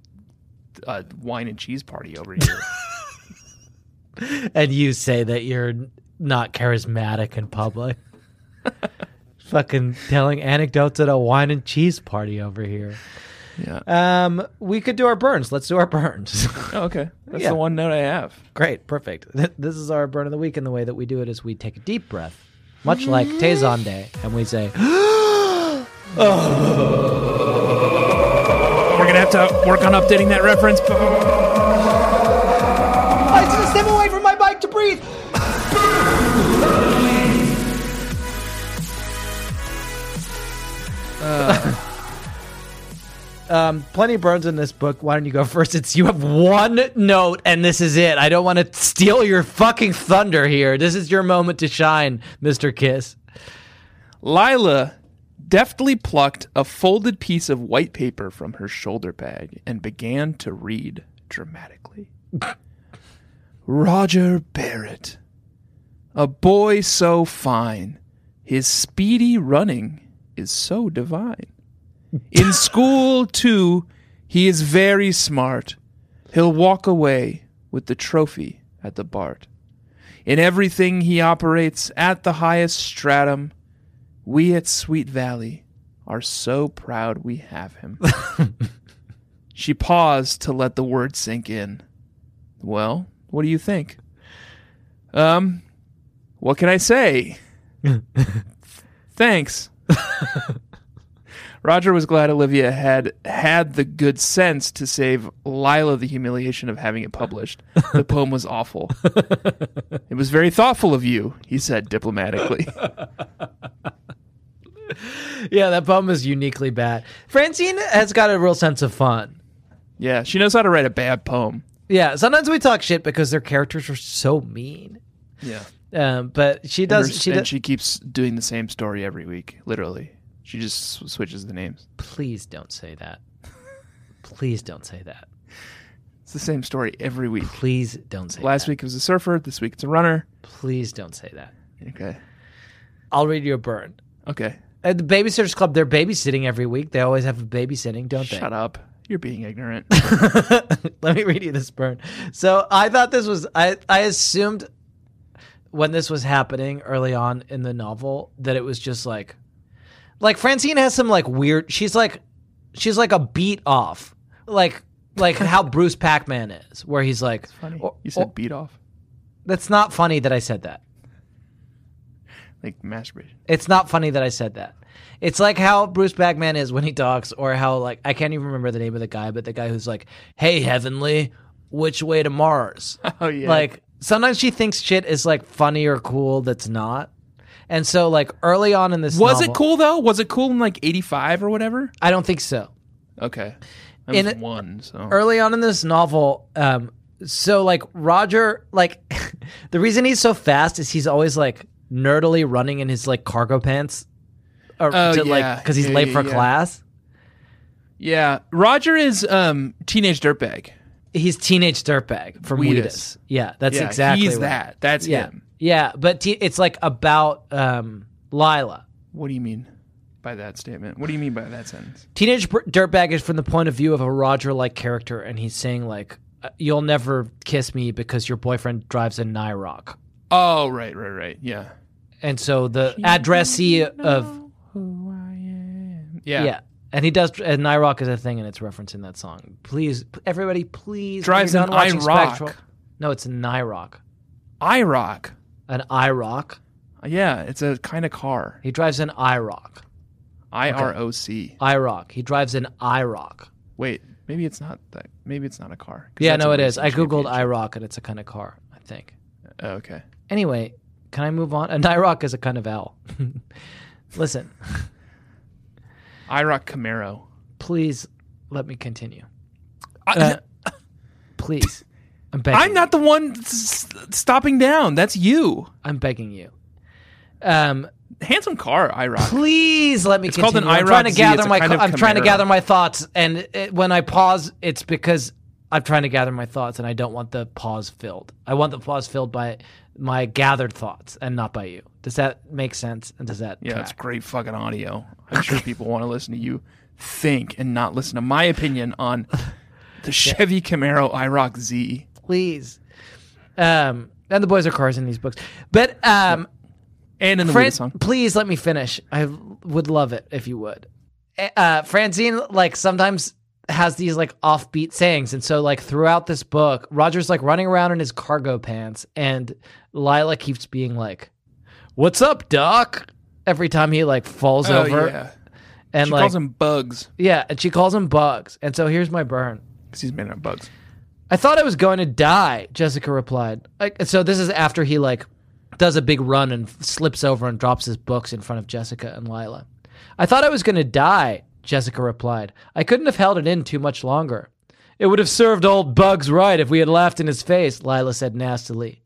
Speaker 3: uh, wine and cheese party over here.
Speaker 2: And you say that you're not charismatic in public. fucking telling anecdotes at a wine and cheese party over here.
Speaker 3: yeah.
Speaker 2: Um, we could do our burns. Let's do our burns.
Speaker 3: Oh, okay. That's
Speaker 2: Yeah.
Speaker 3: the one note I have.
Speaker 2: Great, perfect. Th- This is our burn of the week, and the way that we do it is we take a deep breath, much like Tezon Day, and we say.
Speaker 3: We're gonna have to work on updating that reference.
Speaker 2: I had to step away from my bike to breathe. Uh, um, plenty of burns in this book. Why don't you go first? It's you have one note, and this is it. I don't want to steal your fucking thunder here. This is your moment to shine, Mister Kiss.
Speaker 3: Lila deftly plucked a folded piece of white paper from her shoulder bag and began to read dramatically. Roger Barrett, a boy so fine, his speedy running is so divine. In school, too, he is very smart. He'll walk away with the trophy at the BART. In everything, he operates at the highest stratum. We at Sweet Valley are so proud we have him. she paused to let the word sink in. Well, what do you think? Um, what can I say? Thanks. Roger was glad Olivia had had the good sense to save Lila the humiliation of having it published. The poem was awful. it was very thoughtful of you, he said diplomatically.
Speaker 2: yeah, that poem is uniquely bad. Francine has got a real sense of fun.
Speaker 3: Yeah, she knows how to write a bad poem.
Speaker 2: Yeah, sometimes we talk shit because their characters are so mean.
Speaker 3: Yeah.
Speaker 2: Um, but she
Speaker 3: And, her-
Speaker 2: does. she
Speaker 3: and
Speaker 2: does.
Speaker 3: she keeps doing the same story every week, literally. She just sw- switches the names.
Speaker 2: Please don't say that. Please don't say that.
Speaker 3: It's the same story every week.
Speaker 2: Please don't say
Speaker 3: Last
Speaker 2: that.
Speaker 3: week it was a surfer. This week it's a runner.
Speaker 2: Please don't say that.
Speaker 3: Okay.
Speaker 2: I'll read you a burn.
Speaker 3: Okay.
Speaker 2: At the Babysitters Club, they're babysitting every week. They always have a babysitting, don't they?
Speaker 3: Shut up. You're being ignorant.
Speaker 2: Let me read you this burn. So I thought this was I I assumed when this was happening early on in the novel that it was just like like Francine has some like weird she's like she's like a beat off. Like like how Bruce Pac-Man is where he's like
Speaker 3: Funny.
Speaker 2: "Oh,
Speaker 3: You said
Speaker 2: oh,
Speaker 3: beat off,
Speaker 2: that's not funny that I said that.
Speaker 3: like masturbation.
Speaker 2: It's not funny that I said that. It's like how Bruce Bagman is when he talks, or how like I can't even remember the name of the guy, but the guy who's like, "Hey, Heavenly, which way to Mars?"
Speaker 3: Oh yeah.
Speaker 2: Like sometimes she thinks shit is like funny or cool that's not, and so like early on in this,
Speaker 3: was
Speaker 2: novel-
Speaker 3: it cool though? Was it cool in like '85 or whatever?
Speaker 2: I don't think so.
Speaker 3: Okay. I
Speaker 2: In
Speaker 3: was
Speaker 2: it- er
Speaker 3: one. So
Speaker 2: early on in this novel um so like roger like the reason he's so fast is he's always like nerdily running in his like cargo pants or
Speaker 3: Oh,
Speaker 2: to,
Speaker 3: yeah.
Speaker 2: like because he's
Speaker 3: Yeah,
Speaker 2: late
Speaker 3: yeah,
Speaker 2: for
Speaker 3: yeah.
Speaker 2: class
Speaker 3: yeah, Roger is um teenage dirtbag.
Speaker 2: he's teenage dirtbag from Weedus.
Speaker 3: Wheatus.
Speaker 2: yeah that's
Speaker 3: yeah,
Speaker 2: exactly
Speaker 3: He's
Speaker 2: what-
Speaker 3: that. That's
Speaker 2: yeah
Speaker 3: him.
Speaker 2: yeah but te- it's like about um lila
Speaker 3: What do you mean by that statement? What do you mean by that sentence?
Speaker 2: Teenage Br- Dirtbag is from the point of view of a Roger-like character, and he's saying like, uh, "You'll never kiss me because your boyfriend drives a Nyrock,"
Speaker 3: Oh, right, right, right. Yeah.
Speaker 2: and so the addressee of
Speaker 3: Who I am.
Speaker 2: yeah.
Speaker 3: Yeah.
Speaker 2: and he does, and Nyrock is a thing, and it's referenced in that song. Please, p- everybody, please. when
Speaker 3: Drives
Speaker 2: you're
Speaker 3: an
Speaker 2: done watching
Speaker 3: IROC.
Speaker 2: No, it's a Nyrock,
Speaker 3: I rock.
Speaker 2: an IROC.
Speaker 3: Yeah, it's a kind of car.
Speaker 2: He drives an IROC,
Speaker 3: I R O C.
Speaker 2: IROC. He drives an IROC.
Speaker 3: Wait, maybe it's not that. Maybe it's not a car. 'Cause
Speaker 2: Yeah,
Speaker 3: that's
Speaker 2: no,
Speaker 3: a
Speaker 2: it is.
Speaker 3: racing
Speaker 2: I googled
Speaker 3: championship.
Speaker 2: IROC, and it's a kind of car, I think.
Speaker 3: Oh, okay.
Speaker 2: Anyway, can I move on? A Nyrock is a kind of owl. Listen,
Speaker 3: I rock Camaro.
Speaker 2: please let me continue.
Speaker 3: I,
Speaker 2: Uh, please. I'm begging.
Speaker 3: I'm not the one s- s- stopping down. That's you.
Speaker 2: I'm begging you. Um,
Speaker 3: Handsome car, I rock.
Speaker 2: please let me
Speaker 3: It's called
Speaker 2: continue.
Speaker 3: an
Speaker 2: I'm trying to
Speaker 3: IROC Z.
Speaker 2: gather
Speaker 3: It's a
Speaker 2: my
Speaker 3: kind of
Speaker 2: I'm trying to
Speaker 3: Camaro.
Speaker 2: gather my thoughts and it, when I pause it's because I'm trying to gather my thoughts and I don't want the pause filled. I want the pause filled by my gathered thoughts and not by you. Does that make sense? And does that
Speaker 3: Yeah,
Speaker 2: track?
Speaker 3: it's great fucking audio. I'm sure people want to listen to you think and not listen to my opinion on the Chevy Camaro IROC Z.
Speaker 2: please. Um, and the boys are cars in these books, but um,
Speaker 3: And in the
Speaker 2: Fran-
Speaker 3: Weedus song.
Speaker 2: please let me finish. I would love it if you would. Uh, Francine like sometimes has these like offbeat sayings, and so like throughout this book, Roger's like running around in his cargo pants, and Lila keeps being like, "What's up, Doc?" Every time he like falls
Speaker 3: Oh,
Speaker 2: over,
Speaker 3: yeah.
Speaker 2: and
Speaker 3: She
Speaker 2: like
Speaker 3: calls him Bugs
Speaker 2: yeah, and she calls him Bugs. And so here's my burn.
Speaker 3: because he's made out of bugs.
Speaker 2: I thought I was going to die, Jessica replied. Like, and so this is after he like does a big run and f- slips over and drops his books in front of Jessica and Lila. I thought I was going to die, Jessica replied. I couldn't have held it in too much longer. It would have served old Bugs right if we had laughed in his face, Lila said nastily.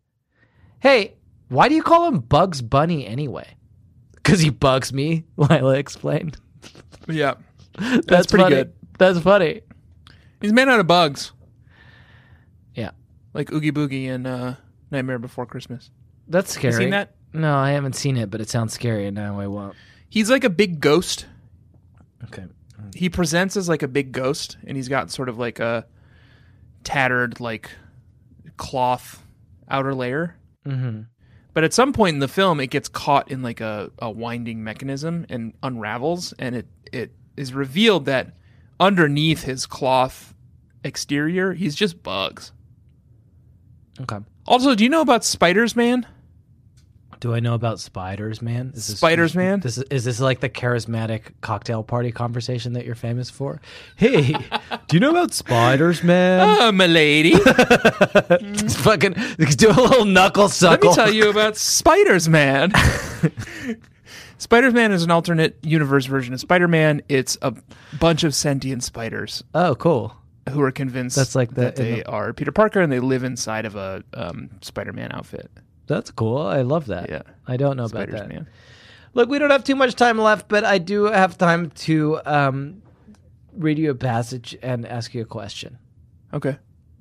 Speaker 2: Hey, why do you call him Bugs Bunny anyway? Because he bugs me, Lila explained.
Speaker 3: Yeah.
Speaker 2: That's,
Speaker 3: pretty
Speaker 2: funny.
Speaker 3: good.
Speaker 2: That's funny.
Speaker 3: He's made out of bugs
Speaker 2: Yeah.
Speaker 3: like Oogie Boogie in uh, Nightmare Before Christmas.
Speaker 2: That's scary.
Speaker 3: You seen that?
Speaker 2: No, I haven't seen it, but it sounds scary, and now I won't.
Speaker 3: He's like a big ghost.
Speaker 2: Okay.
Speaker 3: He presents as like a big ghost and he's got sort of like a tattered, like cloth outer layer.
Speaker 2: hmm
Speaker 3: But at some point in the film, it gets caught in like a, a winding mechanism and unravels, and it it is revealed that underneath his cloth exterior, he's just bugs.
Speaker 2: Okay.
Speaker 3: Also, do you know about Spiders Man?
Speaker 2: Do I know about spiders, man? Is
Speaker 3: Spiders Man?
Speaker 2: This is, is this like the charismatic cocktail party conversation that you're famous for? Hey, do you know about spiders, man?
Speaker 3: Oh, milady,
Speaker 2: Just fucking do a little knuckle
Speaker 3: let me
Speaker 2: suckle.
Speaker 3: tell you about Spiders Man. Spider Man is an alternate universe version of Spider Man. It's a bunch of sentient spiders
Speaker 2: Oh, cool.
Speaker 3: who are convinced
Speaker 2: That's like the-
Speaker 3: that
Speaker 2: in
Speaker 3: they
Speaker 2: the-
Speaker 3: are Peter Parker and they live inside of a um, Spider Man outfit.
Speaker 2: That's cool. I love that.
Speaker 3: Yeah.
Speaker 2: I don't know about
Speaker 3: Spider
Speaker 2: that.
Speaker 3: Man.
Speaker 2: Look, we don't have too much time left, but I do have time to um, read you a passage and ask you a question.
Speaker 3: Okay.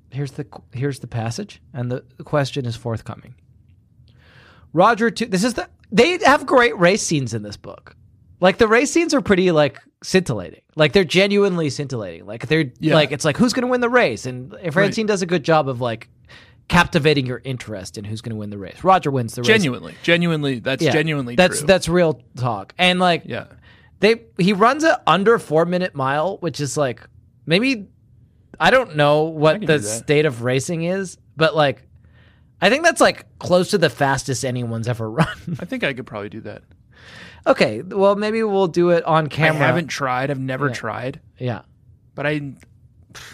Speaker 2: Here's the here's the passage, and the, the question is forthcoming. Roger, two. This is the they have great race scenes in this book. Like the race scenes are pretty like scintillating. Like they're genuinely scintillating. Like they're
Speaker 3: Yeah.
Speaker 2: like it's like who's going to win the race, and Francine does a good job of like captivating your interest in who's going to win the race. Roger wins the race.
Speaker 3: Genuinely, genuinely, that's
Speaker 2: Yeah.
Speaker 3: genuinely
Speaker 2: That's
Speaker 3: true.
Speaker 2: that's real talk. And like
Speaker 3: yeah.
Speaker 2: they he runs a under four minute mile, which is like maybe I don't know
Speaker 3: I
Speaker 2: what
Speaker 3: can
Speaker 2: the
Speaker 3: do that.
Speaker 2: state of racing is, but like I think that's like close to the fastest anyone's ever run.
Speaker 3: I think I could probably do that.
Speaker 2: okay, well maybe we'll do it on camera.
Speaker 3: I haven't tried. I've never
Speaker 2: Yeah.
Speaker 3: tried,
Speaker 2: yeah.
Speaker 3: but I,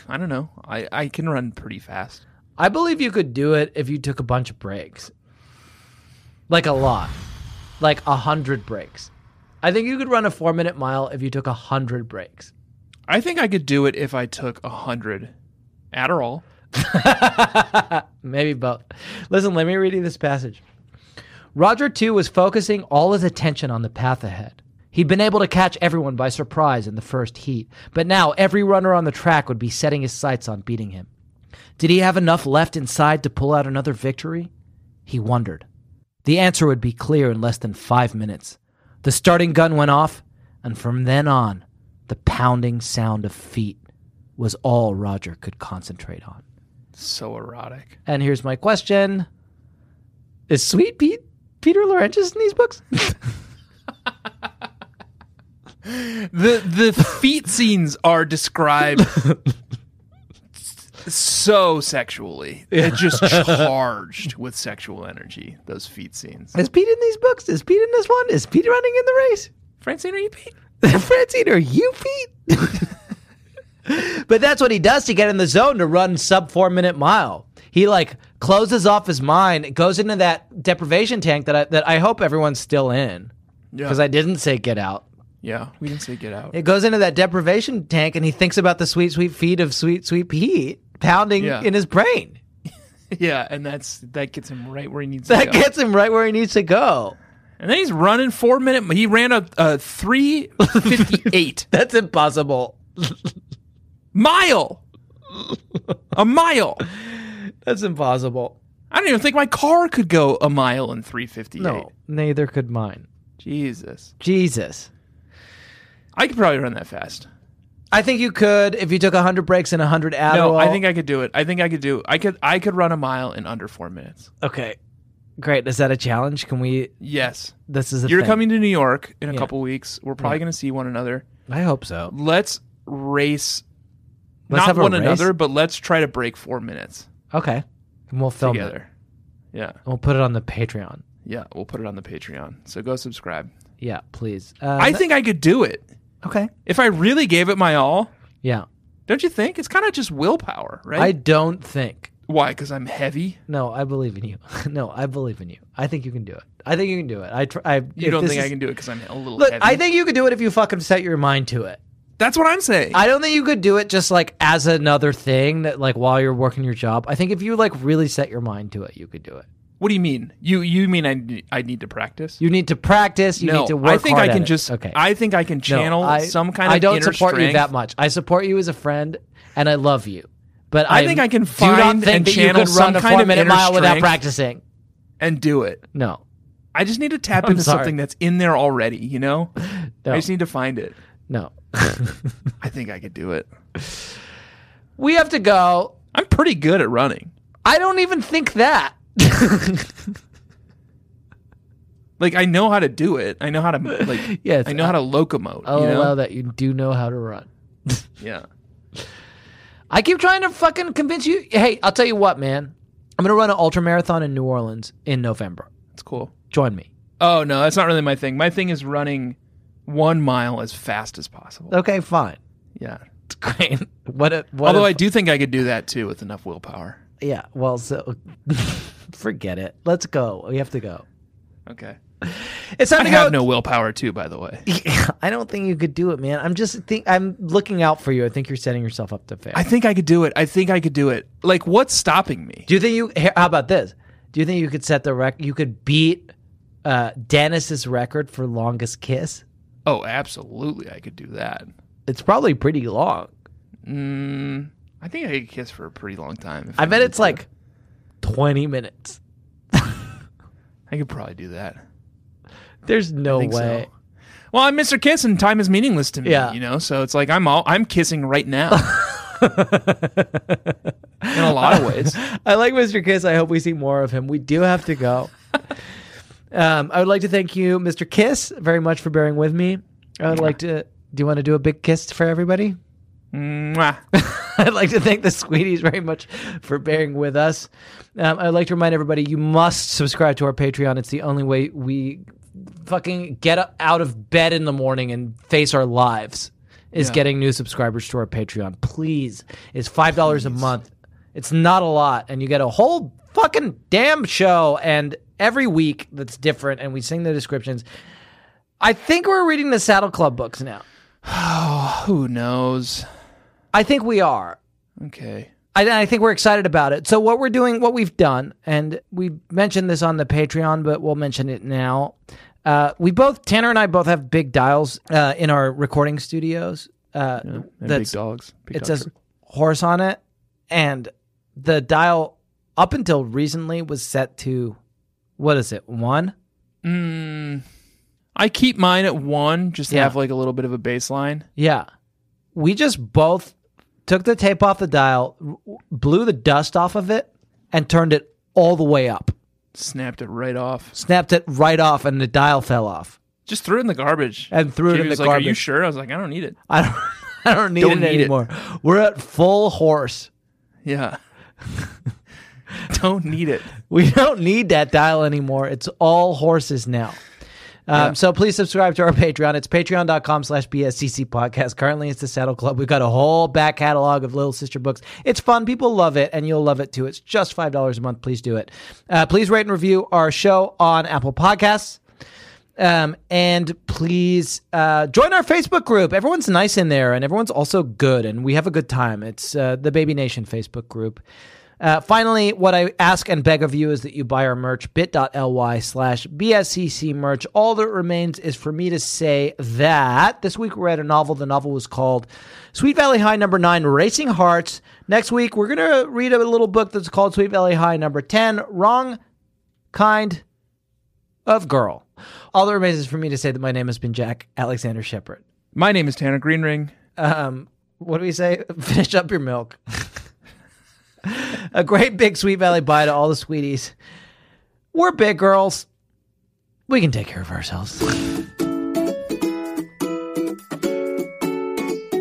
Speaker 3: I don't know. I I can run pretty fast.
Speaker 2: I believe you could do it if you took a bunch of breaks. Like a lot. Like a hundred breaks. I think you could run a four minute mile if you took a hundred breaks.
Speaker 3: I think I could do it if I took a hundred Adderall.
Speaker 2: Maybe both. Listen, let me read you this passage. Roger, too, was focusing all his attention on the path ahead. He'd been able to catch everyone by surprise in the first heat, but now every runner on the track would be setting his sights on beating him. Did he have enough left inside to pull out another victory? He wondered. The answer would be clear in less than five minutes. The starting gun went off, and from then on, the pounding sound of feet was all Roger could concentrate on.
Speaker 3: So erotic.
Speaker 2: And here's my question: Is Sweet Pete Peter Laurentius in these books?
Speaker 3: The the feet scenes are described s- so sexually. They're just charged with sexual energy. Those feet scenes.
Speaker 2: Is Pete in these books? Is Pete in this one? Is Pete running in the race?
Speaker 3: Francine, are you Pete?
Speaker 2: Francine, are you Pete? but that's what he does to get in the zone to run sub four minute mile. He like closes off his mind, goes into that deprivation tank that I, that I hope everyone's still in
Speaker 3: Yeah.
Speaker 2: because I didn't say get out.
Speaker 3: yeah. We didn't say get out.
Speaker 2: It goes into that deprivation tank and he thinks about the sweet sweet feet of sweet sweet Pete pounding
Speaker 3: Yeah.
Speaker 2: in his brain.
Speaker 3: yeah, and that's that gets him right where he needs to
Speaker 2: That
Speaker 3: go.
Speaker 2: gets him right where he needs to go.
Speaker 3: and then he's running four minute. He ran a, a three fifty eight
Speaker 2: That's impossible.
Speaker 3: mile. A mile.
Speaker 2: That's impossible.
Speaker 3: I don't even think my car could go a mile in three fifty eight.
Speaker 2: No, neither could mine.
Speaker 3: Jesus,
Speaker 2: Jesus.
Speaker 3: I could probably run that fast.
Speaker 2: I think you could if you took 100 breaks and 100 Adderall.
Speaker 3: No, I think I could do it. I think I could do. I could. I could run a mile in under four minutes.
Speaker 2: Okay. Great. Is that a challenge? Can we
Speaker 3: Yes,
Speaker 2: This is a
Speaker 3: you're
Speaker 2: thing.
Speaker 3: coming to New York in a
Speaker 2: Yeah.
Speaker 3: couple weeks. We're probably going to see one another.
Speaker 2: I hope so.
Speaker 3: Let's race.
Speaker 2: Let's
Speaker 3: not
Speaker 2: have a
Speaker 3: one
Speaker 2: race?
Speaker 3: another, but let's try to break four minutes
Speaker 2: Okay. And we'll film it.
Speaker 3: together. Yeah,
Speaker 2: And We'll put it on the Patreon.
Speaker 3: yeah. We'll put it on the Patreon. So go subscribe.
Speaker 2: Yeah, please. Uh,
Speaker 3: I
Speaker 2: that-
Speaker 3: think I could do it
Speaker 2: Okay.
Speaker 3: if I really gave it my all.
Speaker 2: Yeah.
Speaker 3: Don't you think? It's kind of just willpower,
Speaker 2: I
Speaker 3: right?
Speaker 2: don't think.
Speaker 3: Why? Because I'm heavy.
Speaker 2: No, I believe in you. no, I believe in you. I think you can do it. I think you can do it. I. Tr- I
Speaker 3: You don't think I can do it because I'm a little
Speaker 2: Look,
Speaker 3: heavy?
Speaker 2: I think you could do it if you fucking set your mind to it.
Speaker 3: that's what I'm saying.
Speaker 2: I don't think you could do it just like as another thing that like while you're working your job. I think if you like really set your mind to it, you could do it.
Speaker 3: what do you mean? You you mean I need- I need to practice?
Speaker 2: You need to practice. You
Speaker 3: no,
Speaker 2: need to work.
Speaker 3: I think
Speaker 2: hard
Speaker 3: I
Speaker 2: at
Speaker 3: can
Speaker 2: it.
Speaker 3: just.
Speaker 2: okay.
Speaker 3: I think I can
Speaker 2: No,
Speaker 3: channel
Speaker 2: I-
Speaker 3: some kind of.
Speaker 2: I don't
Speaker 3: inner
Speaker 2: support you
Speaker 3: strength.
Speaker 2: that much. I support you as a friend, and I love you. But
Speaker 3: I think I can
Speaker 2: do not
Speaker 3: find
Speaker 2: think
Speaker 3: and
Speaker 2: that you
Speaker 3: channel
Speaker 2: could
Speaker 3: some
Speaker 2: run a
Speaker 3: kind of
Speaker 2: four minute
Speaker 3: inner
Speaker 2: mile without
Speaker 3: strength.
Speaker 2: practicing.
Speaker 3: and do it.
Speaker 2: No,
Speaker 3: I just need to tap
Speaker 2: I'm
Speaker 3: into
Speaker 2: sorry.
Speaker 3: something that's in there already. You know,
Speaker 2: No.
Speaker 3: I just need to find it.
Speaker 2: no.
Speaker 3: I think I could do it.
Speaker 2: we have to go.
Speaker 3: I'm pretty good at running.
Speaker 2: I don't even think that.
Speaker 3: Like I know how to do it. I know how to like.
Speaker 2: Yes,
Speaker 3: I know how to locomote.
Speaker 2: I'll
Speaker 3: you know?
Speaker 2: allow that you do know how to run.
Speaker 3: Yeah.
Speaker 2: I keep trying to fucking convince you. Hey, I'll tell you what, man. I'm gonna run an ultra marathon in New Orleans in November.
Speaker 3: It's cool.
Speaker 2: Join me.
Speaker 3: Oh no, that's not really my thing. My thing is running one mile as fast as possible.
Speaker 2: Okay, fine.
Speaker 3: Yeah.
Speaker 2: It's great. What? A, what
Speaker 3: Although
Speaker 2: a-
Speaker 3: I do think I could do that too with enough willpower.
Speaker 2: Yeah. Well, so forget it. Let's go. We have to go.
Speaker 3: Okay.
Speaker 2: It's time
Speaker 3: I
Speaker 2: to
Speaker 3: have
Speaker 2: go.
Speaker 3: no willpower too, by the way.
Speaker 2: I don't think you could do it, man. I'm just think I'm looking out for you. I think you're setting yourself up to fail.
Speaker 3: I think I could do it. I think I could do it. Like, what's stopping me?
Speaker 2: do you think you? here, How about this? Do you think you could set the rec? You could beat uh, Dennis's record for longest kiss.
Speaker 3: Oh, absolutely, I could do that.
Speaker 2: It's probably pretty long.
Speaker 3: Mm, I think I could kiss for a pretty long time. if
Speaker 2: I bet
Speaker 3: needed
Speaker 2: it's
Speaker 3: to.
Speaker 2: like 20 minutes.
Speaker 3: I could probably do that.
Speaker 2: There's no
Speaker 3: I think
Speaker 2: way.
Speaker 3: so. Well, I'm Mr. Kiss, and time is meaningless to me.
Speaker 2: Yeah.
Speaker 3: you know. So it's like I'm all I'm kissing right now. In a lot of ways.
Speaker 2: I like Mr. Kiss. I hope we see more of him. We do have to go. um, I would like to thank you, Mr. Kiss, very much for bearing with me. I would like to. Do you want to do a big kiss for everybody?
Speaker 3: Mwah.
Speaker 2: I'd like to thank the Sweeties very much for bearing with us. Um, I'd like to remind everybody you must subscribe to our Patreon. It's the only way we fucking get up out of bed in the morning and face our lives is getting new subscribers to our Patreon. Please. It's $5 a month. It's not a lot. And you get a whole fucking damn show and every week that's different. And we sing the descriptions. I think we're reading the Saddle Club books now.
Speaker 3: Who knows?
Speaker 2: I think we are.
Speaker 3: Okay.
Speaker 2: I, I think we're excited about it. So what we're doing, what we've done, and we mentioned this on the Patreon, but we'll mention it now. Uh, we both, Tanner and I, both have big dials uh, in our recording studios. Uh,
Speaker 3: And
Speaker 2: that's-
Speaker 3: big dogs. Big
Speaker 2: it
Speaker 3: dogs
Speaker 2: says
Speaker 3: are-
Speaker 2: horse on it, and the dial up until recently was set to what is it one?
Speaker 3: I keep mine at one, just to
Speaker 2: Yeah.
Speaker 3: have like a little bit of a baseline.
Speaker 2: Yeah. We just both took the tape off the dial, r- blew the dust off of it, and turned it all the way up.
Speaker 3: Snapped it right off.
Speaker 2: snapped it right off and the dial fell off.
Speaker 3: Just threw it in the garbage.
Speaker 2: And threw it
Speaker 3: Katie
Speaker 2: in
Speaker 3: was
Speaker 2: the
Speaker 3: like, Are you
Speaker 2: garbage."
Speaker 3: sure? I was like, I don't need it.
Speaker 2: I don't, I don't need
Speaker 3: Don't
Speaker 2: it
Speaker 3: need it.
Speaker 2: anymore. We're at full horse.
Speaker 3: Yeah. don't need it.
Speaker 2: We don't need that dial anymore. It's all horses now. Um, So please subscribe to our Patreon. It's patreon.com slash BSCC podcast. Currently, it's the Saddle Club. We've got a whole back catalog of Little Sister books. It's fun. People love it, and you'll love it too. It's just $5 a month. Please do it. Uh, please rate and review our show on Apple Podcasts. Um, and please uh, join our Facebook group. Everyone's nice in there, and everyone's also good, and we have a good time. It's uh, the Baby Nation Facebook group. Uh, finally, what I ask and beg of you is that you buy our merch, bit.ly slash BSCC merch. All that remains is for me to say that this week we read a novel. The novel was called Sweet Valley High Number Nine, Racing Hearts. Next week, we're going to read a little book that's called Sweet Valley High Number 10, Wrong Kind of girl. All that remains is for me to say that my name has been Jack Alexander Shepard.
Speaker 3: My name is Tanner Greenring.
Speaker 2: Um, what do we say? Finish up your milk. A great big Sweet Valley bye to all the sweeties. We're big girls. We can take care of ourselves.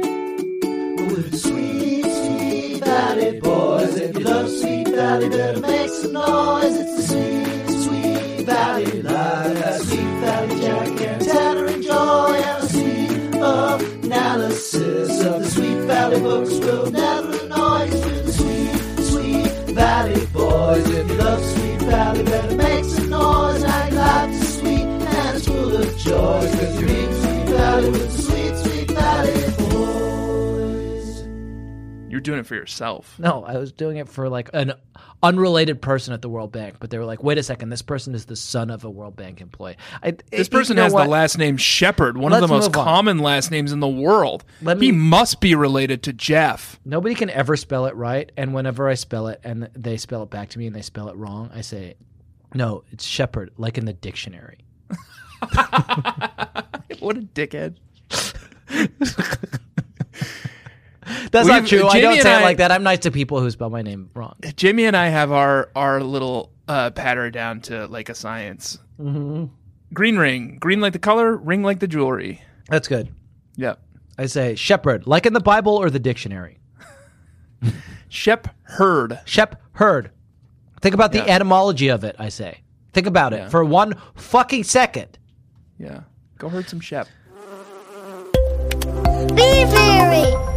Speaker 1: With sweet, sweet valley boys. If you love Sweet Valley, better make some noise. It's the sweet, sweet valley life. A Sweet Valley Jack and Tanner enjoy and a sweet analysis of the Sweet Valley books will never annoy you. With the sweet, sweet valley boys. If you love Sweet Valley, better make some noise. I glad to sweet and it's full of joy. Cause you're in Sweet Valley with the sweet, sweet valley boys.
Speaker 3: You're doing it for yourself.
Speaker 2: No, I was doing it for like an unrelated person at the World Bank, but they were like, wait a second, this person is the son of a World Bank employee. I,
Speaker 3: This person has the last name Shepard, one of
Speaker 2: Let's
Speaker 3: the most
Speaker 2: move on.
Speaker 3: common last names in the world.
Speaker 2: Let
Speaker 3: he
Speaker 2: me-
Speaker 3: must be related to Jeff.
Speaker 2: Nobody can ever spell it right, and whenever I spell it and they spell it back to me and they spell it wrong, I say, "No, it's shepherd," like in the dictionary.
Speaker 3: What a dickhead.
Speaker 2: That's
Speaker 3: not
Speaker 2: not true.
Speaker 3: true. I
Speaker 2: I don't
Speaker 3: Jamie
Speaker 2: say
Speaker 3: and
Speaker 2: it
Speaker 3: I-
Speaker 2: like that. I'm nice to people who spell my name wrong.
Speaker 3: Jimmy and I have our our little uh, patter down to like a science. Mm-hmm. Green ring, green like the color, ring like the jewelry.
Speaker 2: That's good.
Speaker 3: Yep.
Speaker 2: I say shepherd, like in the Bible or the dictionary.
Speaker 3: Shep Herd.
Speaker 2: Shepherd. Think about the
Speaker 3: Yeah.
Speaker 2: etymology of it. I say. Think about it for one fucking second.
Speaker 3: Yeah. Go herd some Shep.
Speaker 6: Be very.